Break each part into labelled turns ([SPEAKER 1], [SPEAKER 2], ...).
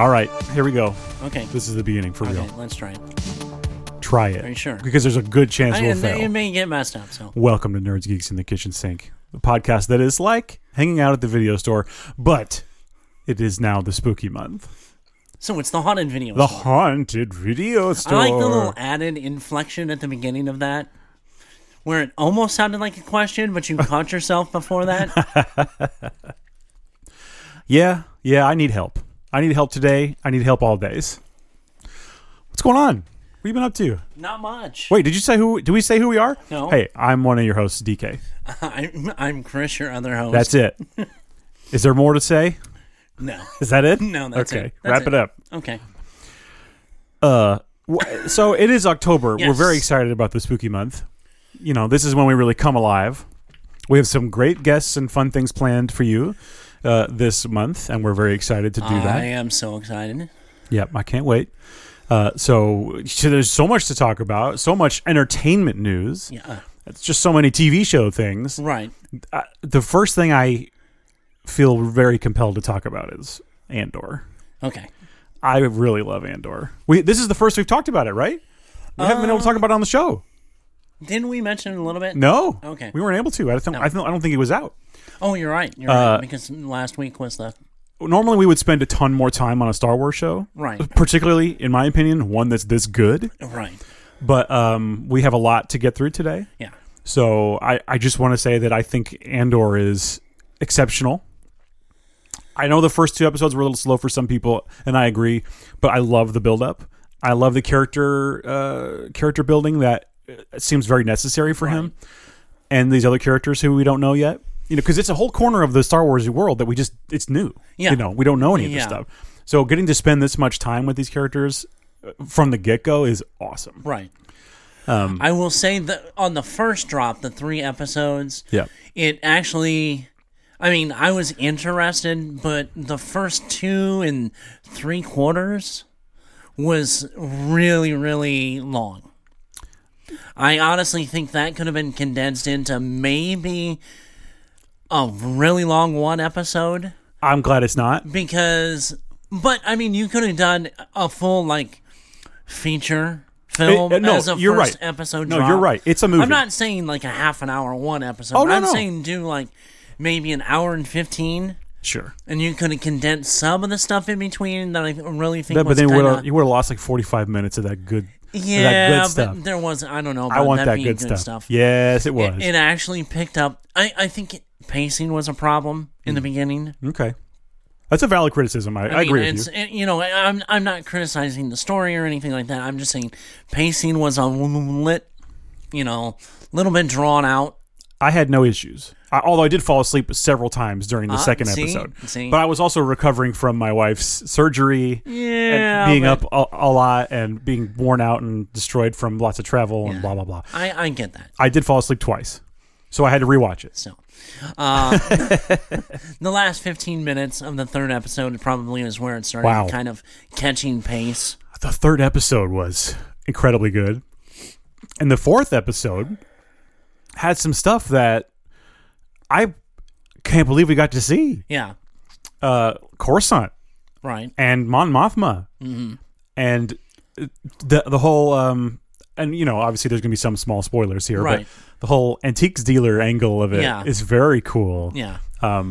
[SPEAKER 1] All right, here we go.
[SPEAKER 2] Okay.
[SPEAKER 1] This is the beginning for
[SPEAKER 2] Okay,
[SPEAKER 1] real.
[SPEAKER 2] let's try it.
[SPEAKER 1] Try it.
[SPEAKER 2] Are you sure?
[SPEAKER 1] Because there's a good chance
[SPEAKER 2] I,
[SPEAKER 1] we'll
[SPEAKER 2] it
[SPEAKER 1] fail.
[SPEAKER 2] may get messed up, so.
[SPEAKER 1] Welcome to Nerds Geeks in the Kitchen Sink, the podcast that is like hanging out at the video store, but it is now the spooky month.
[SPEAKER 2] So it's the haunted video.
[SPEAKER 1] The
[SPEAKER 2] store.
[SPEAKER 1] haunted video store.
[SPEAKER 2] I like the little added inflection at the beginning of that, where it almost sounded like a question, but you caught yourself before that.
[SPEAKER 1] yeah, yeah, I need help. I need help today. I need help all days. What's going on? What you been up to?
[SPEAKER 2] Not much.
[SPEAKER 1] Wait, did you say who? Do we say who we are?
[SPEAKER 2] No.
[SPEAKER 1] Hey, I'm one of your hosts, DK.
[SPEAKER 2] I'm, I'm Chris, your other host.
[SPEAKER 1] That's it. is there more to say?
[SPEAKER 2] no.
[SPEAKER 1] Is that it?
[SPEAKER 2] No, that's
[SPEAKER 1] okay.
[SPEAKER 2] it. That's
[SPEAKER 1] Wrap it,
[SPEAKER 2] it.
[SPEAKER 1] up.
[SPEAKER 2] Okay.
[SPEAKER 1] Uh, wh- so it is October. We're
[SPEAKER 2] Yes.
[SPEAKER 1] very excited about the spooky month. You know, this is when we really come alive. We have some great guests and fun things planned for you uh, this month, and we're very excited to do
[SPEAKER 2] I
[SPEAKER 1] that.
[SPEAKER 2] am so excited.
[SPEAKER 1] Yep, I can't wait. Uh, so, so there's so much to talk about, so much entertainment news.
[SPEAKER 2] Yeah. uh,
[SPEAKER 1] It's just so many TV show things.
[SPEAKER 2] Right.
[SPEAKER 1] Uh, the first thing I feel very compelled to talk about is Andor.
[SPEAKER 2] Okay.
[SPEAKER 1] I really love Andor. We this is the first we've talked about it, right? We haven't been able to
[SPEAKER 2] Um,
[SPEAKER 1] talk about it on the show.
[SPEAKER 2] Didn't we mention it a little bit?
[SPEAKER 1] No.
[SPEAKER 2] Okay.
[SPEAKER 1] We weren't able to. I don't. I, don't I don't think it was out.
[SPEAKER 2] Oh, you're right. You're
[SPEAKER 1] Uh,
[SPEAKER 2] right. Because last week was the.
[SPEAKER 1] Normally, we would spend a ton more time on a Star Wars show,
[SPEAKER 2] Right.
[SPEAKER 1] Particularly, in my opinion, one that's this good.
[SPEAKER 2] Right.
[SPEAKER 1] But um, we have a lot to get through today,
[SPEAKER 2] Yeah.
[SPEAKER 1] so I, I just want to say that I think Andor is exceptional. I know the first two episodes were a little slow for some people, and I agree, but I love the build up. I love the character uh, character building that uh, seems very necessary for him, and these other characters who we don't know yet. You know, because it's a whole corner of the Star Wars world that we just it's new.
[SPEAKER 2] Yeah.
[SPEAKER 1] You know, we don't know any of this
[SPEAKER 2] Yeah.
[SPEAKER 1] stuff. So getting to spend this much time with these characters uh, from the get go is awesome.
[SPEAKER 2] Right. I will say that on the first drop, the three episodes,
[SPEAKER 1] Yeah.
[SPEAKER 2] it actually. I mean, I was interested, but the first two and three quarters was really, really long. I honestly think that could have been condensed into maybe a really long one episode
[SPEAKER 1] I'm glad it's not.
[SPEAKER 2] because but I mean you could have done a full like feature film
[SPEAKER 1] Uh, uh, no,
[SPEAKER 2] as a
[SPEAKER 1] you're
[SPEAKER 2] first
[SPEAKER 1] right.
[SPEAKER 2] episode
[SPEAKER 1] No,
[SPEAKER 2] drop.
[SPEAKER 1] you're right. It's a movie.
[SPEAKER 2] I'm not saying like a half an hour one episode.
[SPEAKER 1] Oh, no,
[SPEAKER 2] I'm
[SPEAKER 1] no.
[SPEAKER 2] saying do like maybe an hour and 15
[SPEAKER 1] Sure.
[SPEAKER 2] and you could have condensed some of the stuff in between that I really think
[SPEAKER 1] Yeah,
[SPEAKER 2] was
[SPEAKER 1] but then you
[SPEAKER 2] kinda,
[SPEAKER 1] would've- you would have lost like 45 minutes of that good,
[SPEAKER 2] yeah,
[SPEAKER 1] that
[SPEAKER 2] but
[SPEAKER 1] good stuff.
[SPEAKER 2] there was I don't know about
[SPEAKER 1] I want
[SPEAKER 2] that,
[SPEAKER 1] that
[SPEAKER 2] being
[SPEAKER 1] good, stuff. Yes, it was.
[SPEAKER 2] It, it actually picked up I I think pacing was a problem in
[SPEAKER 1] Mm.
[SPEAKER 2] the beginning.
[SPEAKER 1] okay. That's a valid criticism. I, I,
[SPEAKER 2] mean,
[SPEAKER 1] agree with
[SPEAKER 2] it's-
[SPEAKER 1] you.
[SPEAKER 2] it- you know, I- I'm I'm not criticizing the story or anything like that. I'm just saying pacing was a lit, you know, little bit drawn out.
[SPEAKER 1] I had no issues. I, although I did fall asleep several times during the
[SPEAKER 2] Ah,
[SPEAKER 1] second
[SPEAKER 2] see?
[SPEAKER 1] episode.
[SPEAKER 2] See?
[SPEAKER 1] But I was also recovering from my wife's surgery
[SPEAKER 2] Yeah,
[SPEAKER 1] and being
[SPEAKER 2] but
[SPEAKER 1] up a, a lot and being worn out and destroyed from lots of travel and blah, blah, blah.
[SPEAKER 2] I I get that.
[SPEAKER 1] I did fall asleep twice. So I had to rewatch it.
[SPEAKER 2] So, uh, the last 15 minutes of the third episode probably is where it started
[SPEAKER 1] Wow.
[SPEAKER 2] kind of catching pace.
[SPEAKER 1] The third episode was incredibly good. And the fourth episode had some stuff that I can't believe we got to see.
[SPEAKER 2] Yeah,
[SPEAKER 1] Uh Coruscant
[SPEAKER 2] right.
[SPEAKER 1] and Mon Mothma.
[SPEAKER 2] Mm-hmm.
[SPEAKER 1] And the the whole um and you know, obviously there's going to be some small spoilers here,
[SPEAKER 2] Right.
[SPEAKER 1] but the whole antiques dealer angle of it is
[SPEAKER 2] Yeah.
[SPEAKER 1] very cool. Um,
[SPEAKER 2] Yeah,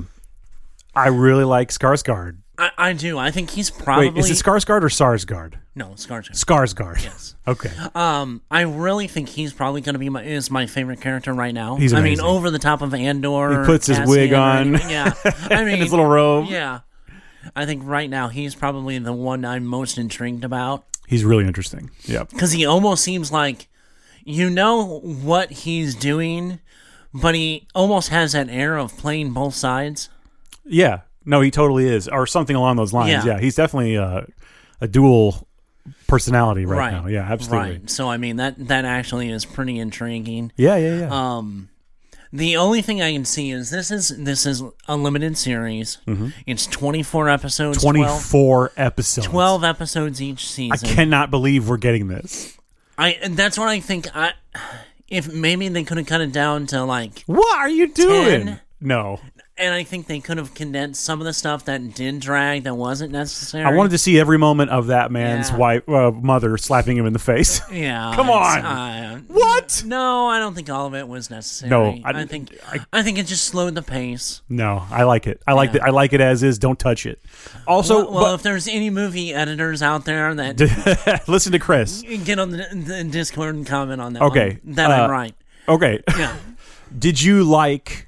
[SPEAKER 1] I really like Skarsgård.
[SPEAKER 2] I, I do. I think he's probably
[SPEAKER 1] Wait, is it Skarsgård or Sarsgard?
[SPEAKER 2] no Scarjo.
[SPEAKER 1] Skarsgård.
[SPEAKER 2] Yes.
[SPEAKER 1] Okay.
[SPEAKER 2] Um, I really think he's probably going to be my is my favorite character right now.
[SPEAKER 1] He's
[SPEAKER 2] I mean,
[SPEAKER 1] amazing.
[SPEAKER 2] over the top of Andor,
[SPEAKER 1] He puts his
[SPEAKER 2] Cassian,
[SPEAKER 1] wig
[SPEAKER 2] or
[SPEAKER 1] on.
[SPEAKER 2] anything. Yeah, I mean
[SPEAKER 1] And his little robe.
[SPEAKER 2] Yeah, I think right now he's probably the one I'm most intrigued about
[SPEAKER 1] He's really interesting. Yeah.
[SPEAKER 2] because he almost seems like you know what he's doing, but he almost has that air of playing both sides.
[SPEAKER 1] Yeah. No, he totally is, or something along those lines. Yeah,
[SPEAKER 2] Yeah.
[SPEAKER 1] he's definitely uh, a dual personality right,
[SPEAKER 2] Right.
[SPEAKER 1] now. Yeah, absolutely.
[SPEAKER 2] Right. So I mean that that actually is pretty intriguing.
[SPEAKER 1] Yeah, yeah, yeah.
[SPEAKER 2] Uh, The only thing I can see is this is this is a limited series.
[SPEAKER 1] Mm-hmm.
[SPEAKER 2] It's 24 episodes, 12,
[SPEAKER 1] Twenty-four episodes.
[SPEAKER 2] 12 episodes each
[SPEAKER 1] I
[SPEAKER 2] season.
[SPEAKER 1] cannot believe we're getting this.
[SPEAKER 2] I and that's what I think I if maybe they could have cut it down to like
[SPEAKER 1] What are you doing?
[SPEAKER 2] Ten.
[SPEAKER 1] No,
[SPEAKER 2] and I think they could have condensed some of the stuff that did drag that wasn't necessary.
[SPEAKER 1] I wanted to see every moment of that man's
[SPEAKER 2] Yeah.
[SPEAKER 1] wife, uh, mother slapping him in the face.
[SPEAKER 2] Yeah.
[SPEAKER 1] Come
[SPEAKER 2] it's-
[SPEAKER 1] on.
[SPEAKER 2] uh,
[SPEAKER 1] What?
[SPEAKER 2] No, I don't think all of it was necessary.
[SPEAKER 1] No, I-
[SPEAKER 2] I, think
[SPEAKER 1] I-
[SPEAKER 2] I, think it just slowed the pace.
[SPEAKER 1] No, I like it. I like it.
[SPEAKER 2] Yeah.
[SPEAKER 1] I like it as is. Don't touch it. Also,
[SPEAKER 2] well, well, if there's any movie editors out there that
[SPEAKER 1] but, listen to Chris.
[SPEAKER 2] get on the, the Discord and comment on that,
[SPEAKER 1] Okay,
[SPEAKER 2] one, that I'm
[SPEAKER 1] uh,
[SPEAKER 2] right.
[SPEAKER 1] Okay,
[SPEAKER 2] Yeah,
[SPEAKER 1] did you like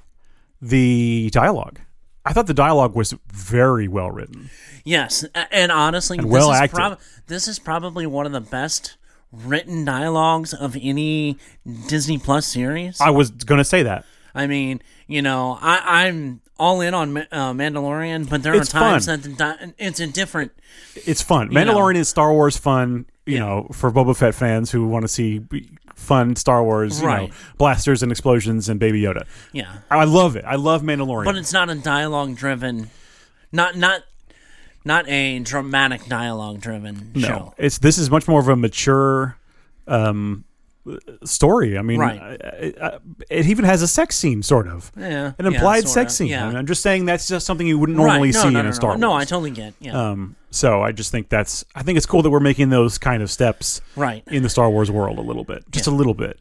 [SPEAKER 1] the dialogue? I thought the dialogue was very well written.
[SPEAKER 2] yes, A- and honestly, this
[SPEAKER 1] well
[SPEAKER 2] is
[SPEAKER 1] acted.
[SPEAKER 2] this is probably one of the best written dialogues of any Disney Plus series.
[SPEAKER 1] I was gonna say that.
[SPEAKER 2] I mean, you know, I, I'm all in on Ma- uh, Mandalorian, but there
[SPEAKER 1] It's
[SPEAKER 2] are times
[SPEAKER 1] fun.
[SPEAKER 2] that the di- it's indifferent.
[SPEAKER 1] It's fun.
[SPEAKER 2] know.
[SPEAKER 1] Mandalorian is Star Wars fun. You know, for Boba Fett fans who want to see b- fun Star Wars, you
[SPEAKER 2] Right.
[SPEAKER 1] know, blasters and explosions and Baby Yoda.
[SPEAKER 2] Yeah,
[SPEAKER 1] I love it. I love Mandalorian.
[SPEAKER 2] but it's not a dialogue driven, not not not a dramatic dialogue driven
[SPEAKER 1] no,
[SPEAKER 2] show.
[SPEAKER 1] it's this is much more of a mature um, story. I mean,
[SPEAKER 2] Right.
[SPEAKER 1] I- I- I- it even has a sex scene, sort of.
[SPEAKER 2] Yeah,
[SPEAKER 1] An
[SPEAKER 2] yeah,
[SPEAKER 1] implied
[SPEAKER 2] sorta,
[SPEAKER 1] sex scene.
[SPEAKER 2] yeah.
[SPEAKER 1] I am just saying that's just something you wouldn't normally
[SPEAKER 2] right. no,
[SPEAKER 1] see
[SPEAKER 2] no,
[SPEAKER 1] in
[SPEAKER 2] no,
[SPEAKER 1] a Star Wars.
[SPEAKER 2] no. No, I totally get. Yeah,
[SPEAKER 1] Um, so I just think that's I think it's cool that we're making those kind of steps
[SPEAKER 2] right.
[SPEAKER 1] in the Star Wars world a little bit, just a little bit.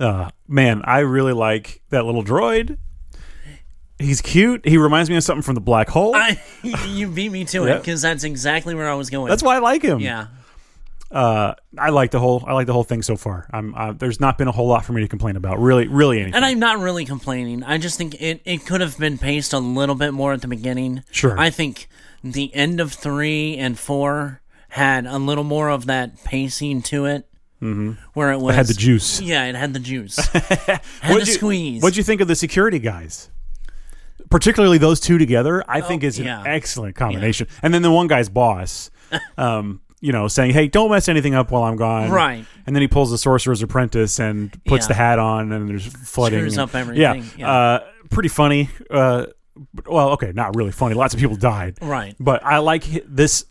[SPEAKER 1] Uh, man, I really like that little droid. He's cute. He reminds me of something from the Black Hole.
[SPEAKER 2] I, you beat me to it
[SPEAKER 1] Yeah.
[SPEAKER 2] because that's exactly where I was going.
[SPEAKER 1] that's why I like him.
[SPEAKER 2] yeah.
[SPEAKER 1] Uh, I like the whole I like the whole thing so far. I'm uh, there's not been a whole lot for me to complain about. Really, really anything.
[SPEAKER 2] And I'm not really complaining. I just think it, it could have been paced a little bit more at the beginning.
[SPEAKER 1] Sure.
[SPEAKER 2] I think the end of three and four had a little more of that pacing to it. Mm-hmm. Where it was.
[SPEAKER 1] had the juice.
[SPEAKER 2] Yeah, it had the juice. had the
[SPEAKER 1] you,
[SPEAKER 2] squeeze.
[SPEAKER 1] What'd you think of the security guys? Particularly those two together, I think is an
[SPEAKER 2] Oh, yeah.
[SPEAKER 1] excellent combination. And then the one guy's boss, um, you know, saying, "Hey, don't mess anything up while I'm gone."
[SPEAKER 2] Right.
[SPEAKER 1] And then he pulls the sorcerer's apprentice and puts
[SPEAKER 2] Yeah.
[SPEAKER 1] the hat on, and there's flooding.
[SPEAKER 2] Screws
[SPEAKER 1] and-
[SPEAKER 2] up everything, yeah.
[SPEAKER 1] Uh, pretty funny. Uh, but- well, okay, not really funny. Lots of people died.
[SPEAKER 2] Right.
[SPEAKER 1] But I like hi- this.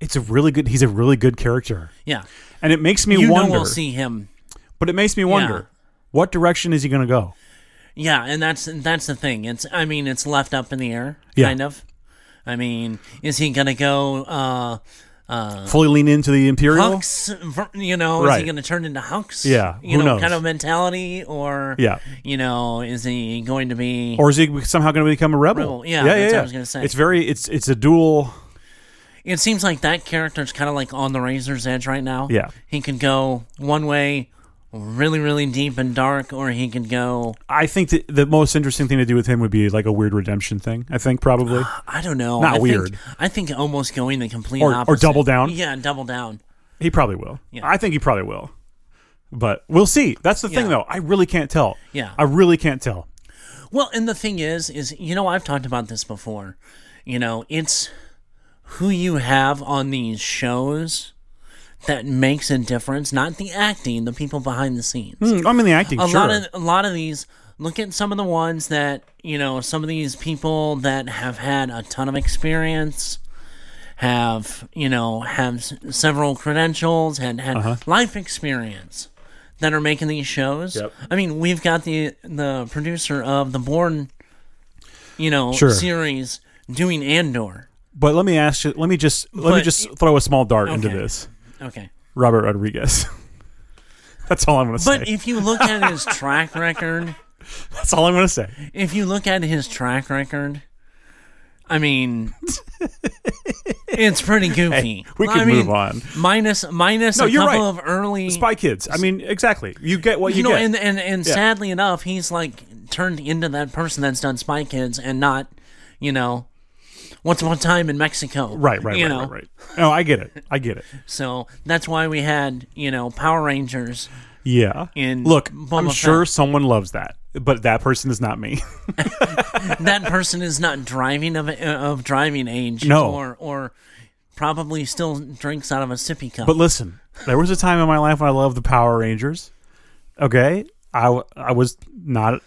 [SPEAKER 1] It's a really good. He's a really good character,
[SPEAKER 2] Yeah.
[SPEAKER 1] and it makes me
[SPEAKER 2] You
[SPEAKER 1] wonder.
[SPEAKER 2] know we'll see him.
[SPEAKER 1] But it makes me wonder, what direction is he going to go?
[SPEAKER 2] Yeah, and that's that's the thing. It's I mean, it's left up in the air,
[SPEAKER 1] Yeah.
[SPEAKER 2] kind of. I mean, is he gonna go uh
[SPEAKER 1] fully lean into the Imperial?
[SPEAKER 2] Hux? ver- You know, is
[SPEAKER 1] Right.
[SPEAKER 2] he gonna turn into Hux?
[SPEAKER 1] Yeah,
[SPEAKER 2] you
[SPEAKER 1] who
[SPEAKER 2] know,
[SPEAKER 1] knows?
[SPEAKER 2] kind of mentality, or
[SPEAKER 1] Yeah.
[SPEAKER 2] you know, is he going to be?
[SPEAKER 1] Or is he somehow going to become a rebel?
[SPEAKER 2] Rebel, yeah, that's what I was gonna say.
[SPEAKER 1] It's very, it's it's a dual.
[SPEAKER 2] it seems like that character's kind of like on the razor's edge right now.
[SPEAKER 1] Yeah.
[SPEAKER 2] he could go one way, really, really deep and dark, or he could go.
[SPEAKER 1] I think that the most interesting thing to do with him would be like a weird redemption thing. I think probably
[SPEAKER 2] I don't know.
[SPEAKER 1] Not
[SPEAKER 2] I think-
[SPEAKER 1] weird.
[SPEAKER 2] I think almost going the complete
[SPEAKER 1] Or- or
[SPEAKER 2] opposite.
[SPEAKER 1] double down?
[SPEAKER 2] Yeah, double down.
[SPEAKER 1] he probably will.
[SPEAKER 2] Yeah.
[SPEAKER 1] I think he probably will. But we'll see. That's the thing,
[SPEAKER 2] Yeah.
[SPEAKER 1] though. I really can't tell.
[SPEAKER 2] Yeah.
[SPEAKER 1] I really can't tell.
[SPEAKER 2] Well, and the thing is, is you know I've talked about this before. You know, it's who you have on these shows that makes a difference, not the acting, the people behind the scenes.
[SPEAKER 1] Hmm, I'm in the acting.
[SPEAKER 2] a
[SPEAKER 1] sure.
[SPEAKER 2] lot of a lot of these. Look at some of the ones that you know. Some of these people that have had a ton of experience have you know have s- several credentials and had
[SPEAKER 1] Uh-huh.
[SPEAKER 2] life experience that are making these shows.
[SPEAKER 1] Yep.
[SPEAKER 2] I mean, we've got the the producer of the Born, you know,
[SPEAKER 1] Sure.
[SPEAKER 2] series doing Andor.
[SPEAKER 1] but let me ask you. Let me just let me
[SPEAKER 2] But-
[SPEAKER 1] just throw a small dart into
[SPEAKER 2] Okay.
[SPEAKER 1] this.
[SPEAKER 2] Okay.
[SPEAKER 1] Robert Rodriguez. That's all I'm going to say.
[SPEAKER 2] But if you look at his track record,
[SPEAKER 1] That's all I'm going to say.
[SPEAKER 2] if you look at his track record, I mean, it's pretty goofy.
[SPEAKER 1] we
[SPEAKER 2] I
[SPEAKER 1] can
[SPEAKER 2] mean,
[SPEAKER 1] move on.
[SPEAKER 2] Minus minus
[SPEAKER 1] No,
[SPEAKER 2] a
[SPEAKER 1] you're
[SPEAKER 2] couple
[SPEAKER 1] right.
[SPEAKER 2] of early,
[SPEAKER 1] Spy Kids. I mean, exactly. You get what
[SPEAKER 2] you,
[SPEAKER 1] you,
[SPEAKER 2] know,
[SPEAKER 1] get.
[SPEAKER 2] and and and sadly enough, he's like turned into that person that's done Spy Kids and not, you know, once upon a time in Mexico.
[SPEAKER 1] Right, right,
[SPEAKER 2] you
[SPEAKER 1] right,
[SPEAKER 2] know?
[SPEAKER 1] right, right. No, I get it. I get it.
[SPEAKER 2] So that's why we had you know Power Rangers.
[SPEAKER 1] Yeah.
[SPEAKER 2] In
[SPEAKER 1] Look,
[SPEAKER 2] Boba
[SPEAKER 1] I'm
[SPEAKER 2] Fett.
[SPEAKER 1] sure someone loves that, but that person is not me.
[SPEAKER 2] that person is not driving of of driving age.
[SPEAKER 1] No.
[SPEAKER 2] or or probably still drinks out of a sippy cup.
[SPEAKER 1] but listen, there was a time in my life when I loved the Power Rangers. Okay, I, w- I was not.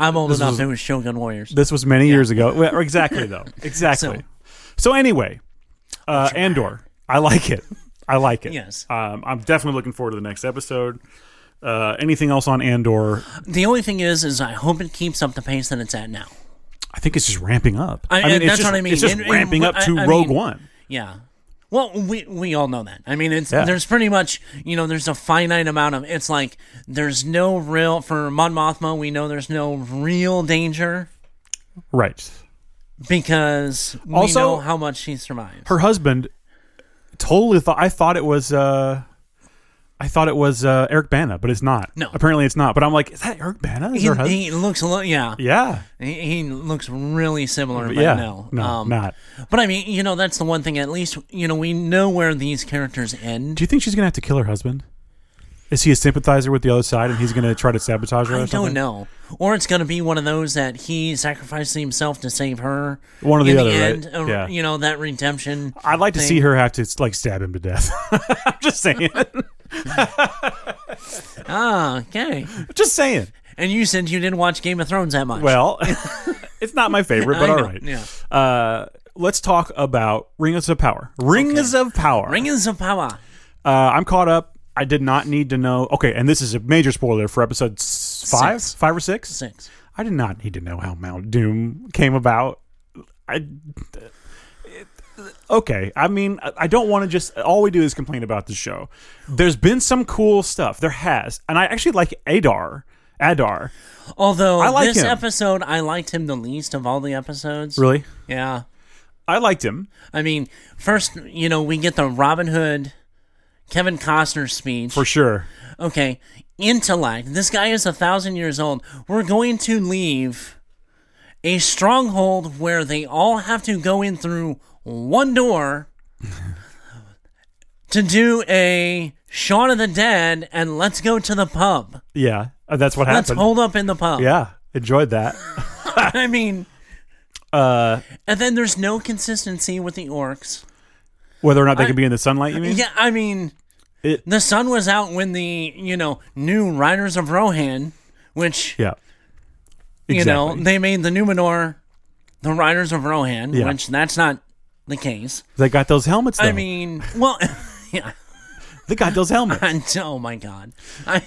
[SPEAKER 2] I'm old enough.
[SPEAKER 1] was-
[SPEAKER 2] it was Shogun Warriors.
[SPEAKER 1] This was many years ago. Well, exactly though. Exactly. so, anyway, uh, Andor, I like it. I like it.
[SPEAKER 2] Yes.
[SPEAKER 1] Um, I'm definitely looking forward to the next episode. Uh, anything else on Andor?
[SPEAKER 2] The only thing is, is I hope it keeps up the pace that it's at now.
[SPEAKER 1] I think it's just ramping up.
[SPEAKER 2] I- and
[SPEAKER 1] it's
[SPEAKER 2] that's
[SPEAKER 1] just,
[SPEAKER 2] what I mean.
[SPEAKER 1] It's just
[SPEAKER 2] And- and
[SPEAKER 1] ramping
[SPEAKER 2] what-
[SPEAKER 1] up to
[SPEAKER 2] I- I
[SPEAKER 1] Rogue
[SPEAKER 2] mean-
[SPEAKER 1] One.
[SPEAKER 2] Yeah. Well, we we all know that. I mean, it's
[SPEAKER 1] Yeah.
[SPEAKER 2] there's pretty much you know there's a finite amount of it's like there's no real for Mon Mothma. We know there's no real danger
[SPEAKER 1] Right.
[SPEAKER 2] because we
[SPEAKER 1] Also-
[SPEAKER 2] know how much she survives.
[SPEAKER 1] Her husband totally thought I thought it was uh I thought it was uh, Eric Bana, but it's not.
[SPEAKER 2] No.
[SPEAKER 1] Apparently it's not. But I'm like, is that Eric Bana? Is
[SPEAKER 2] he,
[SPEAKER 1] her husband?
[SPEAKER 2] he looks a lot, yeah.
[SPEAKER 1] yeah.
[SPEAKER 2] He, he looks really similar, but
[SPEAKER 1] yeah.
[SPEAKER 2] no,
[SPEAKER 1] no
[SPEAKER 2] um,
[SPEAKER 1] not.
[SPEAKER 2] But I mean, you know, that's the one thing. At least you know we know where these characters end.
[SPEAKER 1] Do you think she's gonna have to kill her husband? Is he a sympathizer with the other side, and he's gonna try to sabotage her? or
[SPEAKER 2] I
[SPEAKER 1] something?
[SPEAKER 2] don't know. Or it's going to be one of those that he sacrificed himself to save her.
[SPEAKER 1] One or the
[SPEAKER 2] in
[SPEAKER 1] other, right?
[SPEAKER 2] end, uh,
[SPEAKER 1] Yeah.
[SPEAKER 2] You know, that redemption.
[SPEAKER 1] I'd like to
[SPEAKER 2] thing.
[SPEAKER 1] see her have to like stab him to death. I'm just saying.
[SPEAKER 2] Ah, okay.
[SPEAKER 1] just saying.
[SPEAKER 2] And you said you didn't watch Game of Thrones that much.
[SPEAKER 1] Well, it's not my favorite, but
[SPEAKER 2] I
[SPEAKER 1] all
[SPEAKER 2] know,
[SPEAKER 1] right.
[SPEAKER 2] yeah.
[SPEAKER 1] Uh, let's talk about Rings of Power. Rings of Power.
[SPEAKER 2] Rings of Power.
[SPEAKER 1] uh, I'm caught up. I did not need to know. Okay, and this is a major spoiler for episode s- five,
[SPEAKER 2] Six.
[SPEAKER 1] five or six.
[SPEAKER 2] Six.
[SPEAKER 1] I did not need to know how Mount Doom came about. I. Okay, I mean, I- I don't want to just. All we do is complain about the show. There's been some cool stuff. There has, and I actually like Adar. Adar,
[SPEAKER 2] Although
[SPEAKER 1] I like
[SPEAKER 2] this
[SPEAKER 1] him.
[SPEAKER 2] episode, I liked him the least of all the episodes.
[SPEAKER 1] really.
[SPEAKER 2] Yeah.
[SPEAKER 1] I liked him.
[SPEAKER 2] I mean, first, you know, we get the Robin Hood, Kevin Costner speech.
[SPEAKER 1] For sure.
[SPEAKER 2] okay, intellect. This guy is a thousand years old. We're going to leave a stronghold where they all have to go in through one door to do a Shaun of the Dead and let's go to the pub.
[SPEAKER 1] Yeah, uh, that's what
[SPEAKER 2] Let's
[SPEAKER 1] happened.
[SPEAKER 2] hold up in the pub.
[SPEAKER 1] yeah, enjoyed that.
[SPEAKER 2] I mean,
[SPEAKER 1] Uh,
[SPEAKER 2] and then there's no consistency with the orcs.
[SPEAKER 1] whether or not they could be in the sunlight, you mean?
[SPEAKER 2] Yeah, I mean,
[SPEAKER 1] It-
[SPEAKER 2] the sun was out when the, you know, new Riders of Rohan, which
[SPEAKER 1] Yeah. Exactly.
[SPEAKER 2] You know, they made the Numenor the Riders of Rohan,
[SPEAKER 1] Yeah.
[SPEAKER 2] which that's not the case.
[SPEAKER 1] they got those helmets. Though.
[SPEAKER 2] I mean, well, yeah.
[SPEAKER 1] they got those helmets.
[SPEAKER 2] I don't- oh my god, I,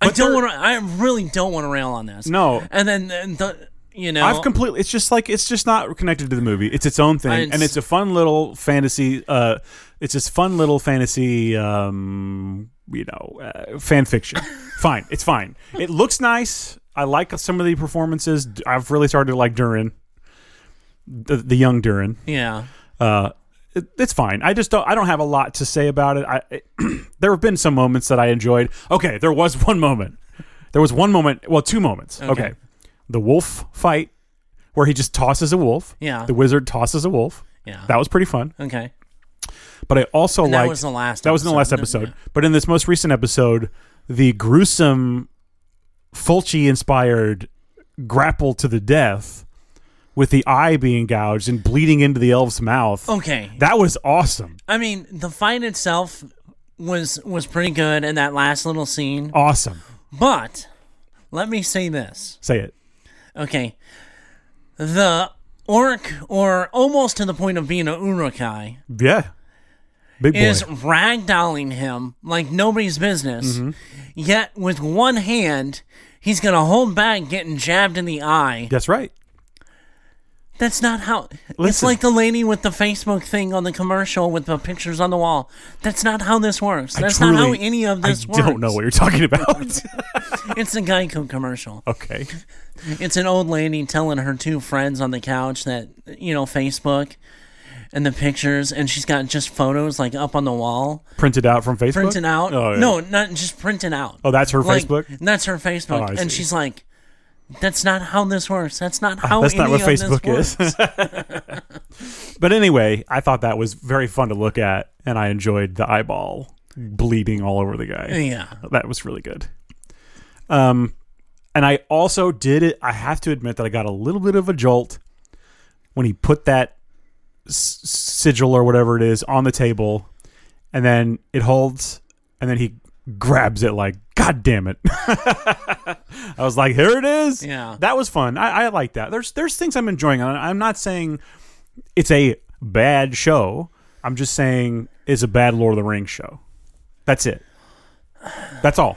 [SPEAKER 2] I don't
[SPEAKER 1] they're-
[SPEAKER 2] want to. I really don't want to rail on this.
[SPEAKER 1] No.
[SPEAKER 2] and then the, the you know,
[SPEAKER 1] I've completely. It's just like it's just not connected to the movie. It's its own thing,
[SPEAKER 2] I- it's-
[SPEAKER 1] and it's a fun little fantasy. Uh, it's this fun little fantasy. Um, you know, uh, fan fiction. fine, it's fine. It looks nice. I like some of the performances. D- I've really started to like Durin, the, the young Durin.
[SPEAKER 2] yeah,
[SPEAKER 1] Uh, it, it's fine. I just don't. I don't have a lot to say about it. I it, there have been some moments that I enjoyed. Okay, there was one moment. There was one moment. Well, two moments. Okay,
[SPEAKER 2] Okay.
[SPEAKER 1] the wolf fight where he just tosses a wolf.
[SPEAKER 2] Yeah.
[SPEAKER 1] the wizard tosses a wolf.
[SPEAKER 2] yeah,
[SPEAKER 1] That was pretty fun.
[SPEAKER 2] okay.
[SPEAKER 1] But I also
[SPEAKER 2] And
[SPEAKER 1] liked
[SPEAKER 2] that was the last.
[SPEAKER 1] that was in the last episode. But in this most recent episode, the gruesome Fulci inspired grapple to the death with the eye being gouged and bleeding into the elf's mouth.
[SPEAKER 2] Okay,
[SPEAKER 1] That was awesome.
[SPEAKER 2] I mean, the fight itself was was pretty good in that last little scene,
[SPEAKER 1] Awesome.
[SPEAKER 2] but let me say this.
[SPEAKER 1] Say it.
[SPEAKER 2] Okay. The orc, or almost to the point of being a urukai,
[SPEAKER 1] Yeah. Big boy.
[SPEAKER 2] is ragdolling him like nobody's business.
[SPEAKER 1] Mm-hmm.
[SPEAKER 2] Yet with one hand, he's gonna hold back getting jabbed in the eye.
[SPEAKER 1] That's right.
[SPEAKER 2] That's not how. It's
[SPEAKER 1] Listen.
[SPEAKER 2] like the lady with the Facebook thing on the commercial with the pictures on the wall. That's not how this works. That's not how
[SPEAKER 1] truly-
[SPEAKER 2] any of this
[SPEAKER 1] I
[SPEAKER 2] works.
[SPEAKER 1] don't know what you're talking about.
[SPEAKER 2] It's a Geico commercial.
[SPEAKER 1] okay.
[SPEAKER 2] It's an old lady telling her two friends on the couch that, you know, Facebook and the pictures, and she's got just photos like up on the wall,
[SPEAKER 1] Printed out from Facebook.
[SPEAKER 2] printing out.
[SPEAKER 1] Oh, yeah.
[SPEAKER 2] No, not just printing out.
[SPEAKER 1] Oh, that's her
[SPEAKER 2] Like,
[SPEAKER 1] Facebook.
[SPEAKER 2] That's her
[SPEAKER 1] Oh,
[SPEAKER 2] Facebook.
[SPEAKER 1] I
[SPEAKER 2] and
[SPEAKER 1] see.
[SPEAKER 2] she's like, that's not how this works. That's not how
[SPEAKER 1] That's not
[SPEAKER 2] any
[SPEAKER 1] what
[SPEAKER 2] of this
[SPEAKER 1] Facebook is.
[SPEAKER 2] works."
[SPEAKER 1] But anyway, I thought that was very fun to look at, and I enjoyed the eyeball bleeding all over the guy.
[SPEAKER 2] yeah.
[SPEAKER 1] That was really good. Um, and I also did it. I have to admit that I got a little bit of a jolt when he put that s- sigil or whatever it is on the table, and then it holds, and then he grabs it like, "God damn it!" I was like, "Here it is."
[SPEAKER 2] Yeah.
[SPEAKER 1] that was fun. I, I like that. There's there's things I'm enjoying. I- I'm not saying it's a bad show. I'm just saying it's a bad Lord of the Rings show. That's it. That's all.